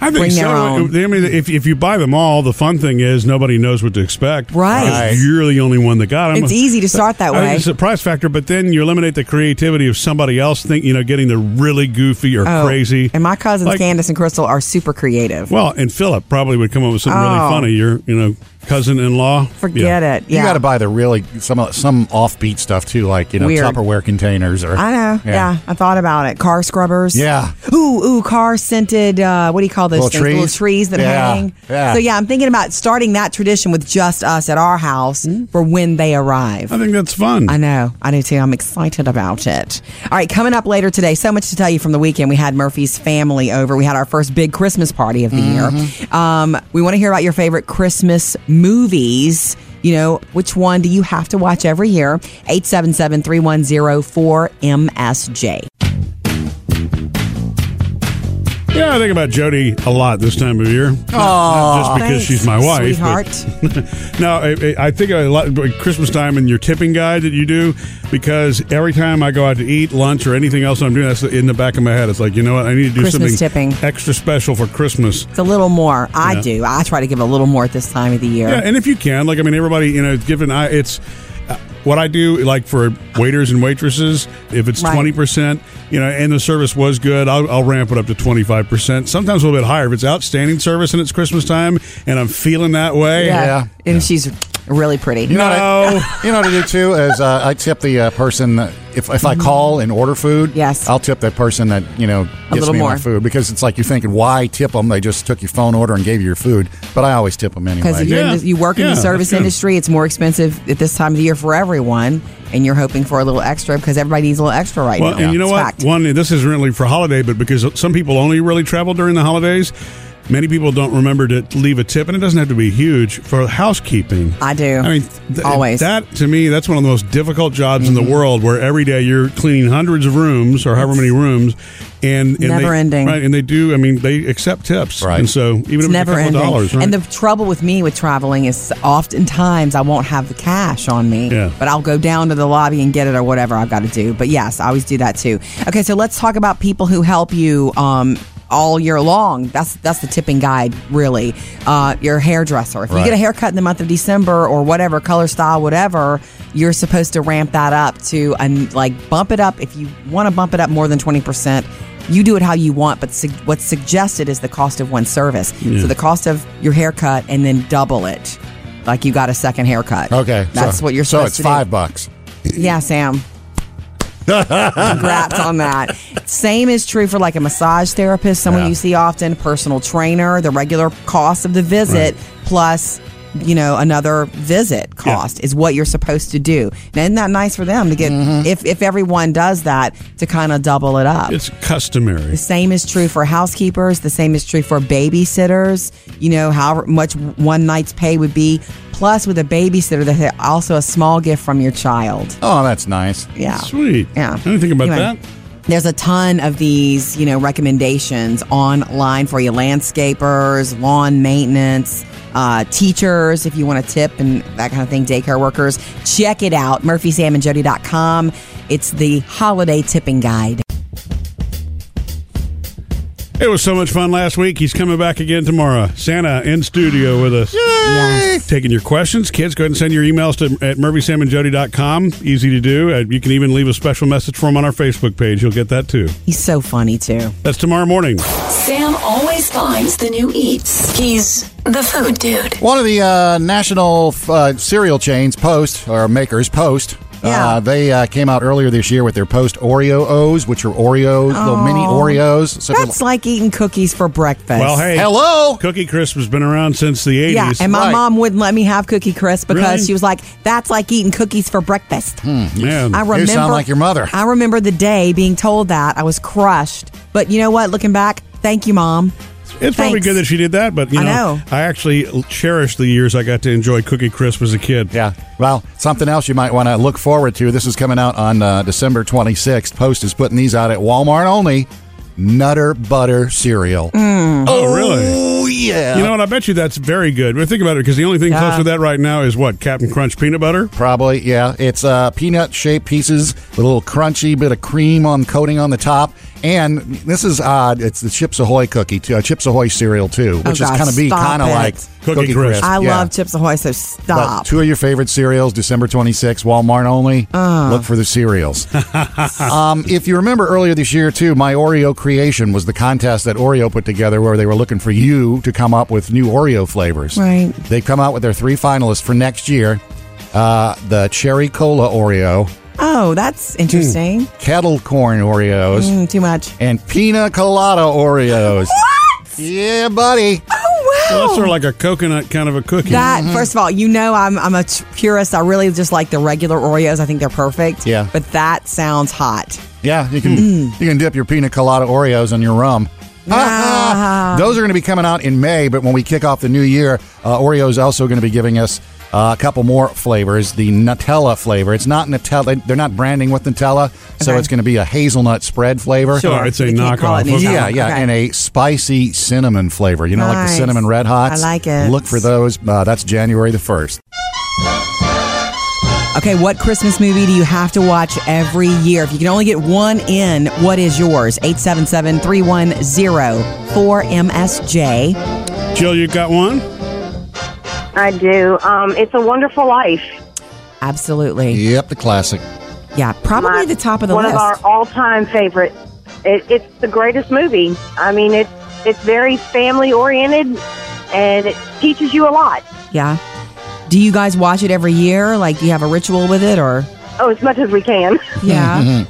Speaker 1: I think
Speaker 2: Bring
Speaker 1: so.
Speaker 2: their own.
Speaker 1: I mean, if, if you buy them all, the fun thing is nobody knows what to expect.
Speaker 2: Right. Right.
Speaker 1: You're the only one that got them.
Speaker 2: It's easy to start that
Speaker 1: I think
Speaker 2: way.
Speaker 1: It's a surprise factor, but then you eliminate the creativity of somebody else think you know getting the really goofy or
Speaker 2: Oh,
Speaker 1: crazy.
Speaker 2: And my cousins
Speaker 1: Like-
Speaker 2: Candace and Crystal are super creative.
Speaker 1: Well, and Philip probably would come up with something really
Speaker 2: Oh.
Speaker 1: funny. Your you know cousin in law.
Speaker 2: Forget it.
Speaker 3: You
Speaker 2: Yeah.
Speaker 3: got to buy the really some some offbeat stuff too, like you know
Speaker 2: Weird.
Speaker 3: Tupperware containers or
Speaker 2: I know. Yeah. I thought about it. Car scrubbers.
Speaker 3: Yeah.
Speaker 2: Ooh, ooh, car scented, uh, what do you call those
Speaker 3: Little
Speaker 2: things? Little
Speaker 3: trees?
Speaker 2: trees that
Speaker 3: Yeah.
Speaker 2: hang.
Speaker 3: Yeah.
Speaker 2: So, yeah, I'm thinking about starting that tradition with just us at our house
Speaker 3: Mm-hmm.
Speaker 2: for when they arrive.
Speaker 1: I think that's fun.
Speaker 2: I know. I do too. I'm excited about it. All right, coming up later today, so much to tell you from the weekend. We had Murphy's family over. We had our first big Christmas party of the year. Um, we want to hear about your favorite Christmas movies. You know, which one do you have to watch every year? 877 310 4MSJ.
Speaker 1: Yeah, I think about Jody a lot this time of year. Not- not just
Speaker 2: Thanks,
Speaker 1: because she's my wife. but-
Speaker 2: sweetheart.
Speaker 1: no, I- I, I think a lot like Christmas time and your tipping guide that you do because every time I go out to eat lunch or anything else I'm doing, that's in the back of my head. It's like you know what, I need to do
Speaker 2: Christmas
Speaker 1: something
Speaker 2: tipping.
Speaker 1: extra special for Christmas.
Speaker 2: It's a little more. I
Speaker 1: Yeah.
Speaker 2: do. I try to give a little more at this time of the year.
Speaker 1: Yeah, and if you can, like I mean, everybody, you know, given I, it's uh, what I do, like for waiters and waitresses, if it's
Speaker 2: Right.
Speaker 1: twenty percent, you know, and the service was good, I'll, I'll ramp it up to twenty five percent. Sometimes a little bit higher if it's outstanding service and it's Christmas time, and I'm feeling that way.
Speaker 3: yeah.
Speaker 2: And she's really pretty.
Speaker 3: You know, what I-
Speaker 1: No.
Speaker 3: you know what I do too is uh, I tip the uh, person that- if, if I call and order food.
Speaker 2: Yes.
Speaker 3: I'll tip that person that you know
Speaker 2: A
Speaker 3: gets
Speaker 2: little
Speaker 3: me my
Speaker 2: more.
Speaker 3: food because it's like you're thinking why tip them? They just took your phone order and gave you your food. But I always tip them anyway.
Speaker 2: Because if you're in
Speaker 1: Yeah.
Speaker 2: the, you work in
Speaker 1: Yeah,
Speaker 2: the service
Speaker 1: that's good.
Speaker 2: industry, it's more expensive at this time of the year for everyone, and you're hoping for a little extra because everybody needs a little extra right
Speaker 1: Well,
Speaker 2: now.
Speaker 1: and you know
Speaker 2: It's
Speaker 1: what?
Speaker 2: fact.
Speaker 1: One, this isn't really for holiday, but because some people only really travel during the holidays, many people don't remember to leave a tip, and it doesn't have to be huge for housekeeping.
Speaker 2: I do.
Speaker 1: I mean, th-
Speaker 2: Always. Mm-hmm.
Speaker 1: That to me, that's one of the most difficult jobs in the world, where every day you're cleaning hundreds of rooms or however many rooms, and, and they-
Speaker 2: Never-ending.
Speaker 1: right? And they do. I mean, they accept tips,
Speaker 3: Right.
Speaker 1: And so even
Speaker 2: It's
Speaker 1: if
Speaker 2: never
Speaker 1: it's a
Speaker 2: ending.
Speaker 1: couple of dollars, right?
Speaker 2: And the trouble with me with traveling is oftentimes I won't have the cash on me,
Speaker 1: Yeah.
Speaker 2: but I'll go down to the lobby and get it or whatever I've got to do. But yes, I always do that too. Okay, so let's talk about people who help you. Um, all year long. That's that's the tipping guide, really. Uh, your hairdresser. If you
Speaker 3: Right.
Speaker 2: get a haircut in the month of December or whatever color style, whatever, you're supposed to ramp that up to and like bump it up. If you want to bump it up more than twenty percent, you do it how you want. But su- what's suggested is the cost of one service. So the cost of your haircut and then double it. Like you got a second haircut.
Speaker 3: okay,
Speaker 2: that's
Speaker 3: so,
Speaker 2: what you're
Speaker 3: So
Speaker 2: supposed
Speaker 3: it's
Speaker 2: to do.
Speaker 3: five bucks.
Speaker 2: Yeah, Sam. Congrats on that. Same is true for like a massage therapist, someone
Speaker 3: Yeah.
Speaker 2: you see often, personal trainer, the regular cost of the visit plus you know another visit cost is what you're supposed to do. Now, isn't that nice for them to get
Speaker 3: Mm-hmm.
Speaker 2: if if everyone does that to kind of double it up?
Speaker 1: it's customary.
Speaker 2: The same is true for housekeepers. The same is true for babysitters. You know, however much one night's pay would be. Plus, with a babysitter, that's also a small gift from your child.
Speaker 3: Oh, that's nice.
Speaker 2: Yeah.
Speaker 1: Sweet.
Speaker 2: Yeah.
Speaker 1: I didn't think about
Speaker 2: Anyway,
Speaker 1: that.
Speaker 2: There's a ton of these, you know, recommendations online for you landscapers, lawn maintenance, uh, teachers, if you want to tip and that kind of thing, daycare workers. Check it out, murphysamandjody.com. It's the holiday tipping guide.
Speaker 1: It was so much fun last week. He's coming back again tomorrow. Santa in studio with us. Yay! Taking your questions. Kids, go ahead and send your emails to at murphysamandjody.com. Easy to do. Uh, You can even leave a special message for him on our Facebook page. You'll get that too.
Speaker 2: He's so funny, too.
Speaker 1: That's tomorrow morning.
Speaker 5: Sam always finds the new eats. He's the food dude.
Speaker 3: One of the uh, national uh, cereal chains, Post or makers, Post.
Speaker 2: Yeah.
Speaker 3: Uh, they uh, came out earlier this year with their Post Oreo O's, which are Oreos, little mini Oreos. So if you-
Speaker 2: Oh, That's like eating cookies for breakfast.
Speaker 1: Well, hey.
Speaker 3: hello.
Speaker 1: Cookie Crisp has been around since the 80s.
Speaker 2: Yeah, and my
Speaker 3: Right.
Speaker 2: mom wouldn't let me have Cookie Crisp because
Speaker 1: Really?
Speaker 2: she was like, that's like eating cookies for breakfast.
Speaker 1: Man.
Speaker 2: I remember.
Speaker 3: sound Hmm. like your mother.
Speaker 2: I remember the day being told that. I was crushed. But you know what? Looking back, Thank you, Mom.
Speaker 1: It's probably
Speaker 2: Thanks.
Speaker 1: good that she did that, but you
Speaker 2: I
Speaker 1: know,
Speaker 2: know.
Speaker 1: I actually cherish the years I got to enjoy Cookie Crisp as a kid.
Speaker 3: Yeah. Well, something else you might want to look forward to. This is coming out on uh, December 26th. Post is putting these out at Walmart only. Nutter butter cereal.
Speaker 2: Mm.
Speaker 1: Oh, really?
Speaker 3: Oh yeah.
Speaker 1: You know what? I bet you that's very good. But think about it, because the only thing close
Speaker 2: Yeah.
Speaker 1: to that right now is what Captain Crunch peanut butter.
Speaker 3: Probably, yeah. It's uh, peanut shaped pieces with a little crunchy bit of cream on coating on the top. And this is odd. It's the Chips Ahoy cookie, too, uh, Chips Ahoy cereal, too, which is
Speaker 2: gosh,
Speaker 3: kind of be
Speaker 2: Oh, stop
Speaker 3: kind of
Speaker 2: it.
Speaker 3: like
Speaker 1: Cookie Crisp.
Speaker 2: I
Speaker 3: yeah.
Speaker 2: love Chips Ahoy, so
Speaker 3: But
Speaker 2: stop.
Speaker 3: two of your favorite cereals, December 26th, Walmart only.
Speaker 2: Uh.
Speaker 3: Look for the cereals. um, if you remember earlier this year, too, My Oreo Creation was the contest that Oreo put together where they were looking for you to come up with new Oreo flavors.
Speaker 2: Right.
Speaker 3: They've come out with their three finalists for next year uh, the Cherry Cola Oreo,
Speaker 2: oh,
Speaker 3: Hmm.
Speaker 2: that's interesting.
Speaker 3: Kettle Corn Oreos,
Speaker 2: Mm, too much.
Speaker 3: and Pina Colada Oreos.
Speaker 2: What?
Speaker 3: Yeah, buddy.
Speaker 2: Oh wow.
Speaker 1: Well, that's sort of like a coconut kind of a cookie.
Speaker 2: That first of all, you know I'm I'm a t- purist. I really just like the regular Oreos. I think they're perfect.
Speaker 3: Yeah.
Speaker 2: But that sounds hot.
Speaker 3: Yeah, you can
Speaker 2: Mm.
Speaker 3: you can dip your pina colada Oreos in your rum.
Speaker 2: Ah.
Speaker 3: Those are going to be coming out in May, but when we kick off the new year, uh, Oreo is also going to be giving us uh, a couple more flavors. The Nutella flavor. It's not Nutella. They're not branding with Nutella, so
Speaker 2: Okay.
Speaker 3: it's going to be a hazelnut spread flavor.
Speaker 1: Sure. Oh, it's a
Speaker 2: They can't call
Speaker 1: knockoff.
Speaker 2: it anything.
Speaker 3: Yeah, yeah,
Speaker 2: Okay.
Speaker 3: and a spicy cinnamon flavor. You know, like the
Speaker 2: Nice.
Speaker 3: cinnamon red hots.
Speaker 2: I like it.
Speaker 3: Look for those. Uh, that's January the first.
Speaker 2: Okay, what Christmas movie do you have to watch every year? If you can only get one in, what is yours? 877-310-4MSJ.
Speaker 1: Jill, you got one?
Speaker 10: I do. Um, it's a Wonderful Life.
Speaker 2: Absolutely.
Speaker 3: Yep, the classic.
Speaker 2: Yeah, probably
Speaker 10: My-
Speaker 2: the top of the
Speaker 10: one
Speaker 2: list.
Speaker 10: of our all-time favorites. It, it's the greatest movie. I mean, it's it's very family-oriented, and it teaches you a lot.
Speaker 2: yeah. Do you guys watch it every year? Like do you have a ritual with it or
Speaker 10: Oh, as much as we can.
Speaker 2: Yeah.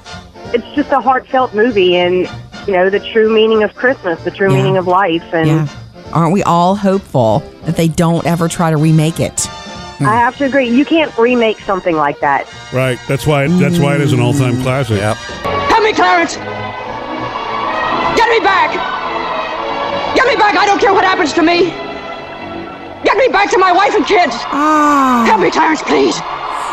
Speaker 10: It's just a heartfelt movie, and you know the true meaning of Christmas, the true
Speaker 2: Yeah.
Speaker 10: meaning of life, and.
Speaker 2: yeah. Aren't we all hopeful that they don't ever try to remake it?
Speaker 10: I have to agree. You can't remake something like that.
Speaker 1: Right. That's why. That's why it is an all-time classic.
Speaker 3: Yep.
Speaker 4: Help me, Clarence! Get me back! Get me back! I don't care what happens to me! Get me back to my wife and kids! Help me, Clarence, please!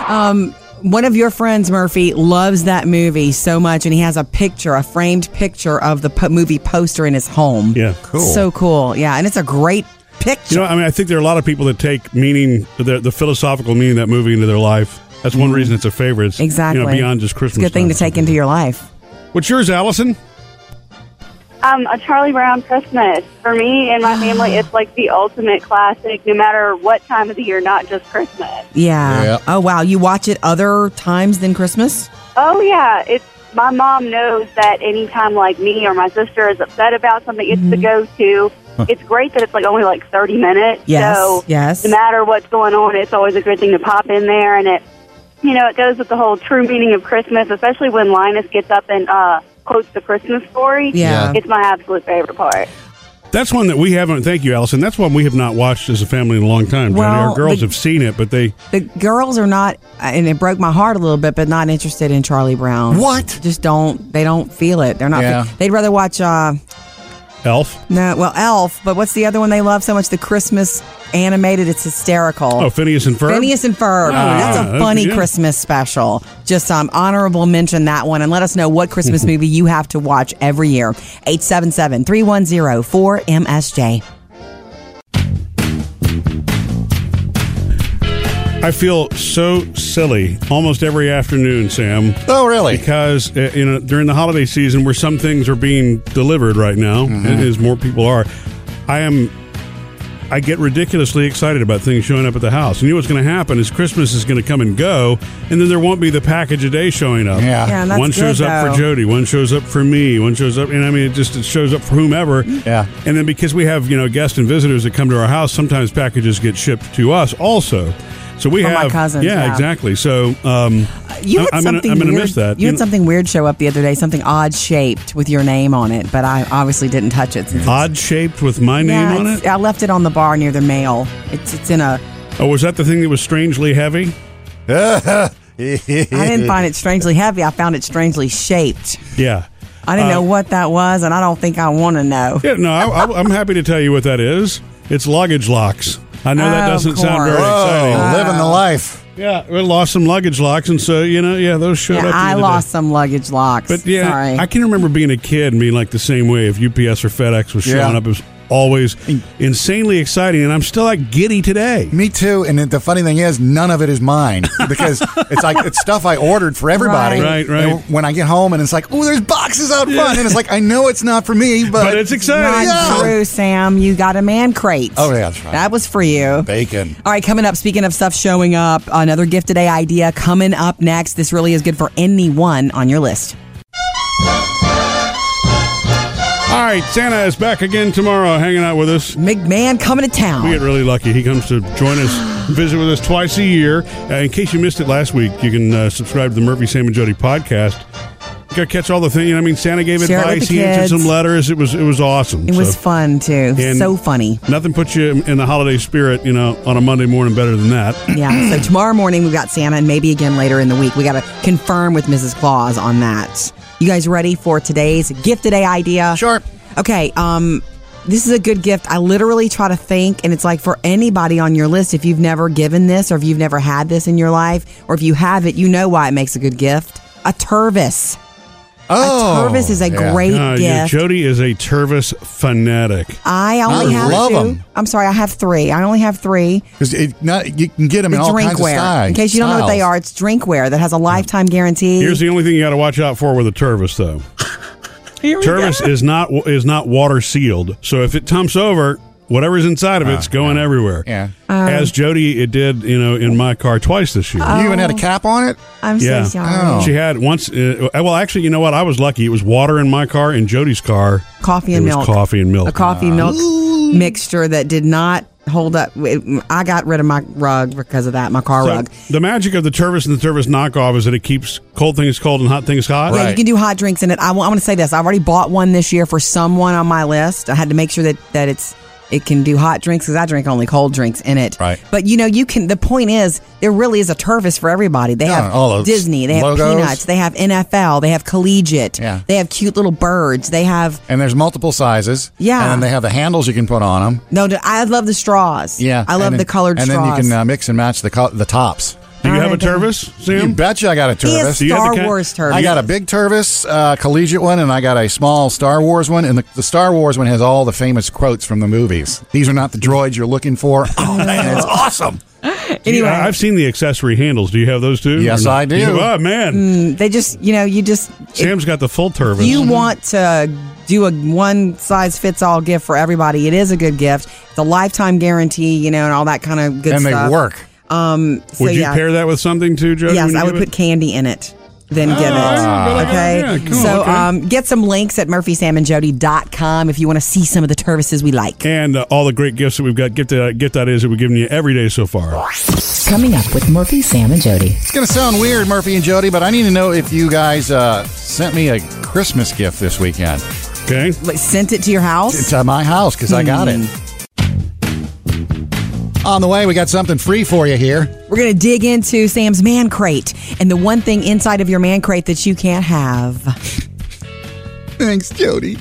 Speaker 2: Um, one of your friends, Murphy, loves that movie so much, and he has a picture, a framed picture of the po- movie poster in his home.
Speaker 1: Yeah.
Speaker 3: Cool.
Speaker 2: So cool. Yeah. And it's a great picture.
Speaker 1: You know, I mean, I think there are a lot of people that take meaning, the, the philosophical meaning of that movie into their life. That's one reason it's a favorite. It's,
Speaker 2: Mm-hmm. exactly.
Speaker 1: You know, beyond just
Speaker 2: It's
Speaker 1: Christmas.
Speaker 2: a good thing to
Speaker 1: time.
Speaker 2: take into your life.
Speaker 1: What's yours, Allison?
Speaker 10: Um, a Charlie Brown Christmas. For me and my
Speaker 2: Ah.
Speaker 10: family, it's like the ultimate classic, no matter what time of the year, not just Christmas.
Speaker 2: Yeah.
Speaker 3: Yeah.
Speaker 2: Oh, wow. You watch it other times than Christmas?
Speaker 10: Oh, yeah. It's my mom knows that anytime like me or my sister is upset about something, it's
Speaker 2: Mm-hmm.
Speaker 10: the go to. It's great that it's like only like 30 minutes.
Speaker 2: Yes.
Speaker 10: So
Speaker 2: yes.
Speaker 10: no matter what's going on, it's always a good thing to pop in there. And it, you know, it goes with the whole true meaning of Christmas, especially when Linus gets up and uh, quotes the Christmas story.
Speaker 2: Yeah.
Speaker 10: It's my absolute favorite part.
Speaker 1: That's one that we haven't. Thank you, Allison. That's one we have not watched as a family in a long time. Johnny.
Speaker 2: Well,
Speaker 1: Our girls
Speaker 2: the-
Speaker 1: have seen it, but they
Speaker 2: The girls are not, and it broke my heart a little bit, but not interested in Charlie Brown.
Speaker 3: What?
Speaker 2: Just don't, they don't feel it. They're not,
Speaker 3: Yeah.
Speaker 2: they'd rather watch, uh,
Speaker 1: Elf.
Speaker 2: No, well, Elf, but what's the other one they love so much? The Christmas animated. It's hysterical.
Speaker 1: Oh, Phineas and Ferb.
Speaker 2: Phineas and Ferb.
Speaker 1: Oh,
Speaker 2: That's
Speaker 1: yeah,
Speaker 2: a
Speaker 1: that's
Speaker 2: funny
Speaker 1: good.
Speaker 2: Christmas special. Just um, honorable mention that one and let us know what Christmas movie you have to watch every year. 877 310 4MSJ.
Speaker 1: I feel so silly almost every afternoon, Sam,
Speaker 3: Oh, really?
Speaker 1: because uh, you know during the holiday season where some things are being delivered right now,
Speaker 3: Mm-hmm.
Speaker 1: as more people are, I am. I get ridiculously excited about things showing up at the house. And you know what's going to happen is Christmas is going to come and go, and then there won't be the package a day showing up.
Speaker 3: Yeah.
Speaker 2: Yeah, that's
Speaker 1: one
Speaker 2: good,
Speaker 1: shows up
Speaker 2: though.
Speaker 1: for Jody, one shows up for me, one shows up, and I mean, it just it shows up for whomever.
Speaker 3: Yeah.
Speaker 1: And then because we have you know guests and visitors that come to our house, sometimes packages get shipped to us also. So we
Speaker 2: From
Speaker 1: have
Speaker 2: our cousins,
Speaker 1: yeah,
Speaker 2: yeah.
Speaker 1: exactly. So um,
Speaker 2: You
Speaker 1: I-
Speaker 2: had
Speaker 1: I'm
Speaker 2: something
Speaker 1: gonna, I'm gonna
Speaker 2: weird,
Speaker 1: miss that.
Speaker 2: You had
Speaker 1: know,
Speaker 2: something weird show up the other day, something odd shaped with your name on it, but I obviously didn't touch it. Since it's-
Speaker 1: odd shaped with my name
Speaker 2: yeah,
Speaker 1: on
Speaker 2: it's-
Speaker 1: it.
Speaker 2: I left it on the bar near the mail. It's, it's in a.
Speaker 1: Oh, was that the thing that was strangely heavy?
Speaker 3: I
Speaker 2: I didn't find it strangely heavy. I found it strangely shaped.
Speaker 1: Yeah.
Speaker 2: I didn't
Speaker 1: Uh,
Speaker 2: know what that was, and I don't think I want to know.
Speaker 1: Yeah, no, I, I, I'm happy to tell you what that is. It's luggage locks. I know that
Speaker 2: Of
Speaker 1: doesn't sound very
Speaker 2: course. Whoa,
Speaker 1: exciting.
Speaker 3: Oh, living the life.
Speaker 1: Yeah, we lost some luggage locks, and so you know, yeah, those showed
Speaker 2: Yeah,
Speaker 1: up. the
Speaker 2: I
Speaker 1: other day.
Speaker 2: lost some luggage locks.
Speaker 1: But yeah,
Speaker 2: Sorry.
Speaker 1: I can remember being a kid and being like the same way. If UPS or FedEx was showing
Speaker 3: Yeah.
Speaker 1: up, it was always insanely exciting, and I'm still like giddy today.
Speaker 3: Me too. And the funny thing is, none of it is mine because it's like it's stuff I ordered for everybody.
Speaker 1: Right. Right, right.
Speaker 3: And when I get home and it's like, oh, there's boxes out front, and it's like I know it's not for me, but,
Speaker 1: But it's
Speaker 2: Run
Speaker 1: exciting.
Speaker 2: through, Sam. You got a man crate.
Speaker 3: Oh yeah, that's right.
Speaker 2: That was for you.
Speaker 3: Bacon.
Speaker 2: All right, coming up, speaking of stuff showing up, another gift today idea coming up next. This really is good for anyone on your list.
Speaker 1: All right, Santa is back again tomorrow, hanging out with us.
Speaker 2: McMahon coming to town.
Speaker 1: We get really lucky. He comes to join us, visit with us twice a year. Uh, in case you missed it last week, you can uh, subscribe to the Murphy Sam and Jody podcast. You got to catch all the things. You know, what I mean, Santa gave
Speaker 2: Share it with
Speaker 1: advice.
Speaker 2: the
Speaker 1: He answered
Speaker 2: kids.
Speaker 1: some letters. It was it was awesome.
Speaker 2: It was
Speaker 1: So,
Speaker 2: fun too.
Speaker 1: And-
Speaker 2: so funny.
Speaker 1: nothing puts you in the holiday spirit. You know, on a Monday morning better than that.
Speaker 2: Yeah. so tomorrow morning we've got Santa and maybe again later in the week. We got to confirm with Mrs. Claus on that. You guys ready for today's gift today idea?
Speaker 3: Sure.
Speaker 2: Okay. Um, this is a good gift. I literally try to think, and it's like for anybody on your list, if you've never given this or if you've never had this in your life, or if you have it, you know why it makes a good gift. A turvis.
Speaker 3: Oh,
Speaker 2: a turvis is a
Speaker 3: yeah.
Speaker 2: great
Speaker 1: Uh, yeah,
Speaker 2: gift.
Speaker 1: Jody is a Tervis fanatic.
Speaker 2: I only
Speaker 3: I
Speaker 2: have
Speaker 3: love
Speaker 2: two.
Speaker 3: 'em.
Speaker 2: I'm sorry, I have three. I only have three.
Speaker 3: 'Cause it- not- you can get them
Speaker 2: The
Speaker 3: in all kinds of
Speaker 2: drinkware.
Speaker 3: sty-
Speaker 2: In case you don't know what they
Speaker 3: styles.
Speaker 2: are, it's drinkware that has a lifetime guarantee.
Speaker 1: Here's the only thing you got to watch out for with a Tervis, though. Tervis is not is not water sealed, so if it tumps over, whatever's inside of it's going everywhere.
Speaker 3: Yeah.
Speaker 2: Um,
Speaker 1: As Jody, it did, you know, in my car twice this year.
Speaker 3: You even had a cap on it.
Speaker 2: I'm
Speaker 1: yeah,
Speaker 2: Oh, so sorry.
Speaker 3: Oh.
Speaker 1: she had once. Uh, well, actually, you know what? I was lucky. It was water in my car and Jody's car.
Speaker 2: Coffee
Speaker 1: it
Speaker 2: and
Speaker 1: was
Speaker 2: milk.
Speaker 1: coffee and milk.
Speaker 2: A coffee milk mixture that did not hold up. It- I got rid of my rug because of that, my car
Speaker 1: So,
Speaker 2: rug.
Speaker 1: the magic of the Tervis and the Tervis knockoff is that it keeps cold things cold and hot things hot.
Speaker 2: Yeah, you can do hot drinks in it. I want to say this. I've already bought one this year for someone on my list. I had to make sure that, that it's it can do hot drinks because I drink only cold drinks in it.
Speaker 3: Right.
Speaker 2: But you know, you can. The point is, there really is a turvis for everybody. They
Speaker 3: Yeah,
Speaker 2: have
Speaker 3: all those
Speaker 2: Disney. They have
Speaker 3: logos.
Speaker 2: peanuts. They have NFL. They have collegiate.
Speaker 3: Yeah.
Speaker 2: They have cute little birds. They have
Speaker 3: And there's multiple sizes.
Speaker 2: Yeah.
Speaker 3: And then they have the handles you can put on them.
Speaker 2: no. I love the straws.
Speaker 3: Yeah.
Speaker 2: I love
Speaker 3: and then-
Speaker 2: the colored
Speaker 3: And
Speaker 2: straws.
Speaker 3: then you can uh, mix and match the co- the tops.
Speaker 1: Do you
Speaker 2: I
Speaker 1: have a
Speaker 2: don't know.
Speaker 1: Tervis,
Speaker 3: You
Speaker 1: Sam?
Speaker 3: betcha I got a
Speaker 2: He
Speaker 3: Turvis.
Speaker 2: is
Speaker 1: Do you have the
Speaker 2: Star
Speaker 1: kind-
Speaker 2: Wars turvis.
Speaker 3: I got a big Turvis uh, collegiate one, and I got a small Star Wars one. And the, the Star Wars one has all the famous quotes from the movies. These are not the droids you're looking for. Oh man, it's awesome!
Speaker 1: Do you-
Speaker 2: anyway.
Speaker 1: I- I've seen the accessory handles. Do you have those too?
Speaker 3: Yes,
Speaker 1: Or not?
Speaker 3: I do.
Speaker 1: You- oh man,
Speaker 2: They just, you know, you just
Speaker 1: Sam's got the full
Speaker 2: if
Speaker 1: Tervis.
Speaker 2: Mm, you want to do a one size fits all gift for everybody. It is a good gift. It's a lifetime guarantee, you know, and all that kind of good
Speaker 3: and
Speaker 2: stuff.
Speaker 3: they work.
Speaker 2: Um, so
Speaker 1: Would you
Speaker 2: yeah.
Speaker 1: pair that with something too, Jody?
Speaker 2: Yes,
Speaker 1: when you
Speaker 2: I would
Speaker 1: give
Speaker 2: put
Speaker 1: it?
Speaker 2: candy in it, then give it.
Speaker 1: Ah, good
Speaker 2: okay.
Speaker 1: idea. Yeah, cool,
Speaker 2: so
Speaker 1: okay.
Speaker 2: Um, get some links at murphysamandjody.com if you want to see some of the services we like.
Speaker 1: and uh, all the great gifts that we've got. Gift that, gift that is that we've given you every day so far.
Speaker 11: Coming up with Murphy, Sam, and Jody.
Speaker 3: It's gonna sound weird, Murphy and Jody, but I need to know if you guys uh, sent me a Christmas gift this weekend
Speaker 1: Okay.
Speaker 2: Like, sent it to your house?
Speaker 3: It's at my house because I got it. On the way, we got something free for you here.
Speaker 2: We're going to dig into Sam's man crate and the one thing inside of your man crate that you can't have.
Speaker 3: Thanks, Jody.